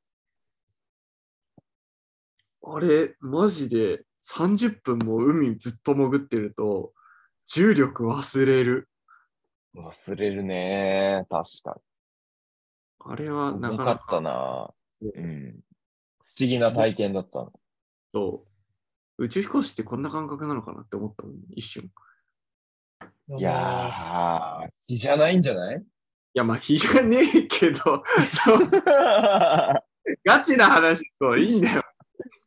[SPEAKER 3] あれ、マジで30分も海ずっと潜ってると、重力忘れる。
[SPEAKER 1] 忘れるね。確か
[SPEAKER 3] あれは
[SPEAKER 1] な
[SPEAKER 3] なか
[SPEAKER 1] か
[SPEAKER 3] な
[SPEAKER 1] った
[SPEAKER 3] か
[SPEAKER 1] な。うん。不思議な体験だったの。
[SPEAKER 3] そう宇宙飛行士ってこんな感覚なのかなって思ったもん、一瞬。い
[SPEAKER 1] いやー、火じゃないんじゃない
[SPEAKER 3] や、まあ、日じゃねえけど、そう、ガチな話、そう、いいんだよ。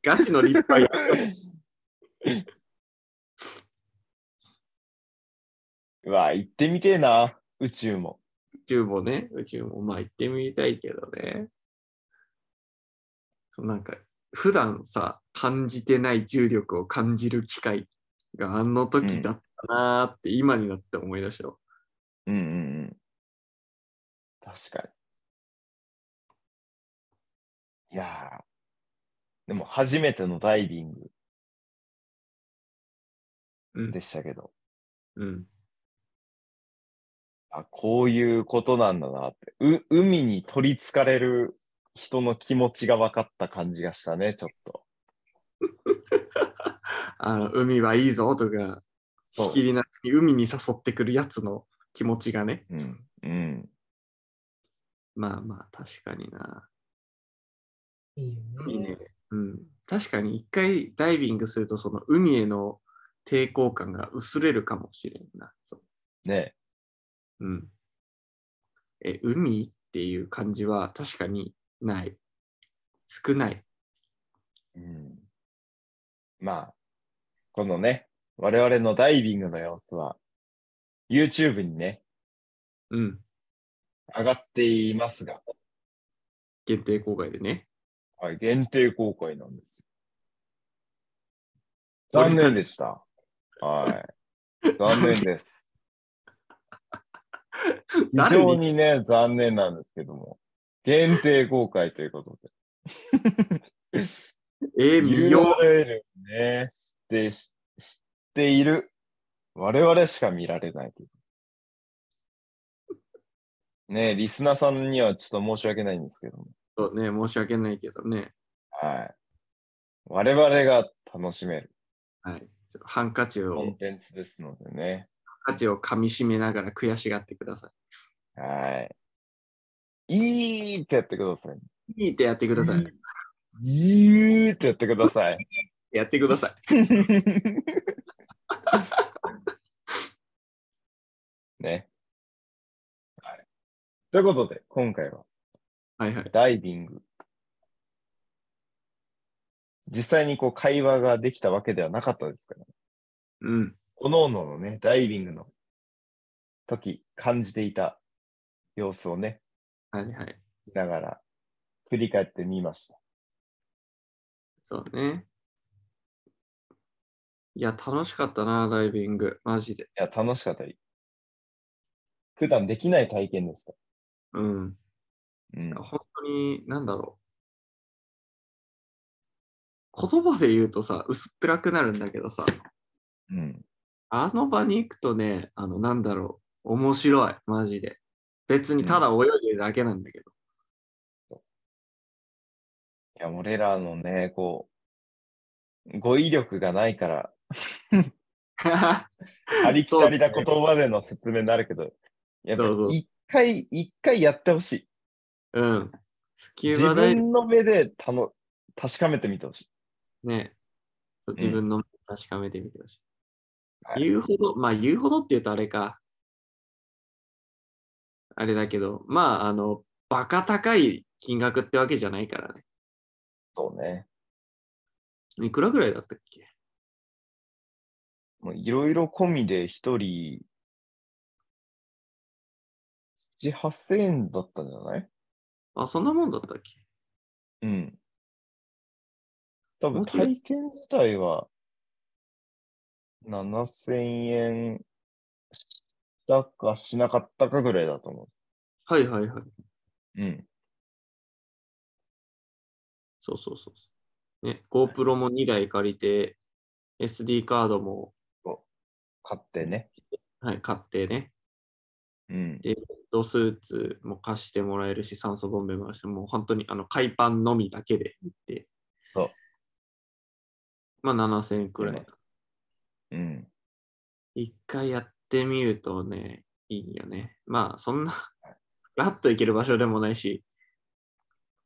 [SPEAKER 3] ガチの立派や。
[SPEAKER 1] うわ、行ってみてえな、宇宙も。
[SPEAKER 3] 宇宙もね、宇宙も、まあ行ってみたいけどね。そうなんか、普段さ、感じてない重力を感じる機会があの時だったなーって、今になって思い出したわ。
[SPEAKER 1] うんうんうん。確かに。いやー、でも初めてのダイビング
[SPEAKER 3] うん
[SPEAKER 1] で。したけど、
[SPEAKER 3] うん、
[SPEAKER 1] あ、こういうことなんだなって、う海に取りつかれる人の気持ちが分かった感じがしたね、ちょっと。
[SPEAKER 3] あの海はいいぞとか、
[SPEAKER 1] そう
[SPEAKER 3] ひきりなく海に誘ってくるやつの気持ちがね。
[SPEAKER 1] うん。うん。
[SPEAKER 3] まあまあ、確かにな。
[SPEAKER 2] いい
[SPEAKER 3] いい
[SPEAKER 2] よね
[SPEAKER 3] ね。うん、確かに一回ダイビングすると、その海への抵抗感が薄れるかもしれんな。そう
[SPEAKER 1] ね
[SPEAKER 3] うん。え、海っていう感じは確かにない。少ない。
[SPEAKER 1] うん。まあ、このね、我々のダイビングの様子は、YouTube にね、
[SPEAKER 3] うん。
[SPEAKER 1] 上がっていますが、
[SPEAKER 3] 限定公開でね。
[SPEAKER 1] はい、限定公開なんですよ。残念でした。 はい。残念です。非常にね、残念なんですけども、限定公開ということで。
[SPEAKER 3] えー、見よ
[SPEAKER 1] URL ね、でし知っている我々しか見られないという。ねえリスナーさんにはちょっと申し訳ないんですけども。
[SPEAKER 3] うとね、申し訳ないけどね。
[SPEAKER 1] はい。我々が楽しめる
[SPEAKER 3] はい。ちょっとハンカチを、
[SPEAKER 1] コン
[SPEAKER 3] ハン
[SPEAKER 1] テンツですのでね。
[SPEAKER 3] カチを噛み締めながら悔しがってくださ
[SPEAKER 1] はい。いいってやってください。
[SPEAKER 3] い。いいってやってください。
[SPEAKER 1] いいいってやってください。
[SPEAKER 3] やってください。
[SPEAKER 1] ね。はい。ということで、今回は
[SPEAKER 3] はいはい。
[SPEAKER 1] ダイビング。実際にこう会話ができたわけではなかったですから、
[SPEAKER 3] うん。
[SPEAKER 1] 各々のね、ダイビングの時感じていた様子をね、
[SPEAKER 3] はいはい。
[SPEAKER 1] 見ながら振り返ってみました。
[SPEAKER 3] そうね。いや、楽しかったな、ダイビング。マジで。
[SPEAKER 1] いや、楽しかったり。普段できない体験ですか
[SPEAKER 3] うん。
[SPEAKER 1] ら。うん。
[SPEAKER 3] 本当に、なんだろう。言葉で言うとさ、薄っぺらくなるんだけどさ、
[SPEAKER 1] うん。
[SPEAKER 3] あの場に行くとね、あの、なんだろう、面白い、マジで。別にただ泳いでるだけなんだけど。
[SPEAKER 1] いや、俺らのね、こう、語彙力がないから、ありきたりな言葉での説明になるけど、やっぱ
[SPEAKER 3] そうそう
[SPEAKER 1] 一回、一回やってほしい。
[SPEAKER 3] うん。スキュ
[SPEAKER 1] 自
[SPEAKER 3] ーバダイビン
[SPEAKER 1] 分の目でたの確かめてみてほしい。
[SPEAKER 3] グね、そう
[SPEAKER 1] うん
[SPEAKER 3] 自分の目を確かめてみてほしい。
[SPEAKER 1] はい
[SPEAKER 3] 言うほど、まあ言うほどって言うとあれか。あれだけど、まあ、あの、バカ高い金額ってわけじゃないからね。
[SPEAKER 1] そうね。
[SPEAKER 3] いくらぐらいだったっけ
[SPEAKER 1] もういろいろ込みで一人、7、8000円だったんじゃない
[SPEAKER 3] あ、そんなもんだったっけ
[SPEAKER 1] うん。多分
[SPEAKER 3] もうちょい
[SPEAKER 1] 体験自体は7000円したかしなかったかぐらいだと思
[SPEAKER 3] はいはいはい。
[SPEAKER 1] う。うん。
[SPEAKER 3] そうそうそう。ね、GoPro も2台借りて、SD カードも、
[SPEAKER 1] 買ってね。
[SPEAKER 3] はい、買ってね、
[SPEAKER 1] うん。
[SPEAKER 3] ドスーツも貸してもらえるし、酸素ボンベもあるし、もう本当にあの海パンのみだけで行って、
[SPEAKER 1] そう。
[SPEAKER 3] まあ7000円くらい。
[SPEAKER 1] うん。
[SPEAKER 3] 一回やってみるとね、いいよね。まあそんな ラッと行ける場所でもないし、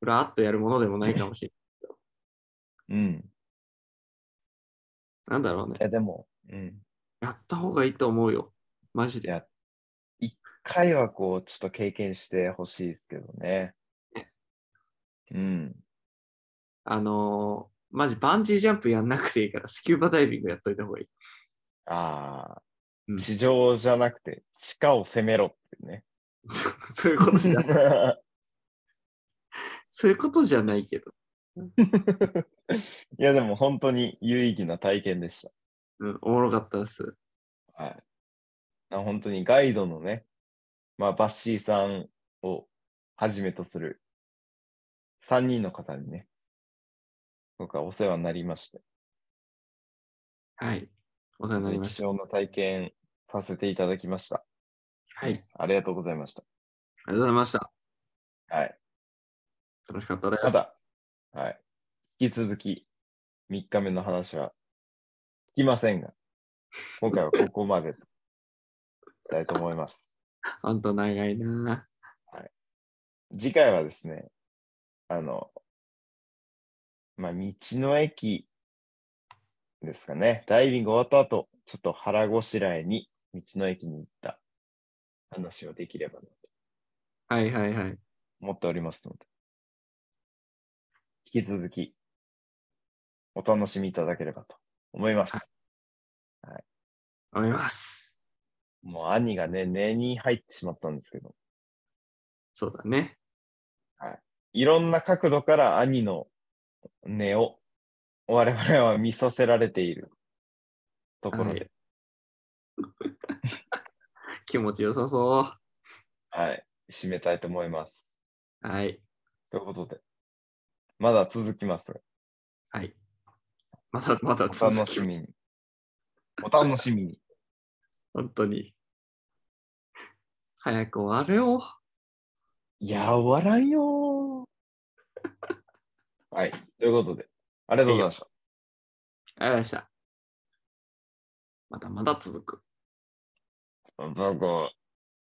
[SPEAKER 3] ふらっとやるものでもないかもしれ
[SPEAKER 1] うん。
[SPEAKER 3] ない。なんだろうね
[SPEAKER 1] い。や、でも、うん。
[SPEAKER 3] やった方がいいと思うよ。マジ
[SPEAKER 1] い
[SPEAKER 3] で。
[SPEAKER 1] や会はこう、ちょっと経験してほしいですけどね
[SPEAKER 3] ね。
[SPEAKER 1] うん。
[SPEAKER 3] あのーマジバンジージャンプやんなくていいから、スキューバダイビングやっといた方がいい。
[SPEAKER 1] ああ、
[SPEAKER 3] うん
[SPEAKER 1] 地上じゃなくて、地下を攻めろって ね。
[SPEAKER 3] そういうことじゃ ない。そういうことじゃないけど。
[SPEAKER 1] いや、でも本当に有意義な体験でし
[SPEAKER 3] うん、おもろかったです。
[SPEAKER 1] た。はい。あ本当にガイドのね、まあ、バッシーさんをはじめとする3人の方にね、僕はお世話になりまして、
[SPEAKER 3] はい。お世話になりまし
[SPEAKER 1] 貴重な体験させていただきました。
[SPEAKER 3] た。はい。あり
[SPEAKER 1] ありがとうございました。
[SPEAKER 3] がとうございました。
[SPEAKER 1] はい。
[SPEAKER 3] 楽しかったです。
[SPEAKER 1] まだ、はい。引き続き、3日目の話は、つきませんが、今回はここまでと、したいと思います。
[SPEAKER 3] あんた長いな
[SPEAKER 1] 次回はですね、あの、まあ、道の駅ですかね。ダイビング終わった後、ちょっと腹ごしらえに、道の駅に行った話をできればなと
[SPEAKER 3] はいはいはい。
[SPEAKER 1] 思っておりますので、引き続き、お楽しみいただければと思います。
[SPEAKER 3] 思います。
[SPEAKER 1] もう兄がね、寝に入ってしまったんですけど、
[SPEAKER 3] そうだね。
[SPEAKER 1] いろんな角度から兄の寝を我々は見させられているところで、
[SPEAKER 3] はい 気持ちよさそ
[SPEAKER 1] はい、締めたいと思います。
[SPEAKER 3] う。はい。
[SPEAKER 1] ということで、まだ続きますが。
[SPEAKER 3] はい。まだまだ
[SPEAKER 1] お楽しみに。お楽しみに。
[SPEAKER 3] 本当に。早く終われよ。
[SPEAKER 1] いや、終わらんよー。はい。ということで、ありがとうございました。
[SPEAKER 3] ありがとうございました。まだまだ続く。
[SPEAKER 1] なんか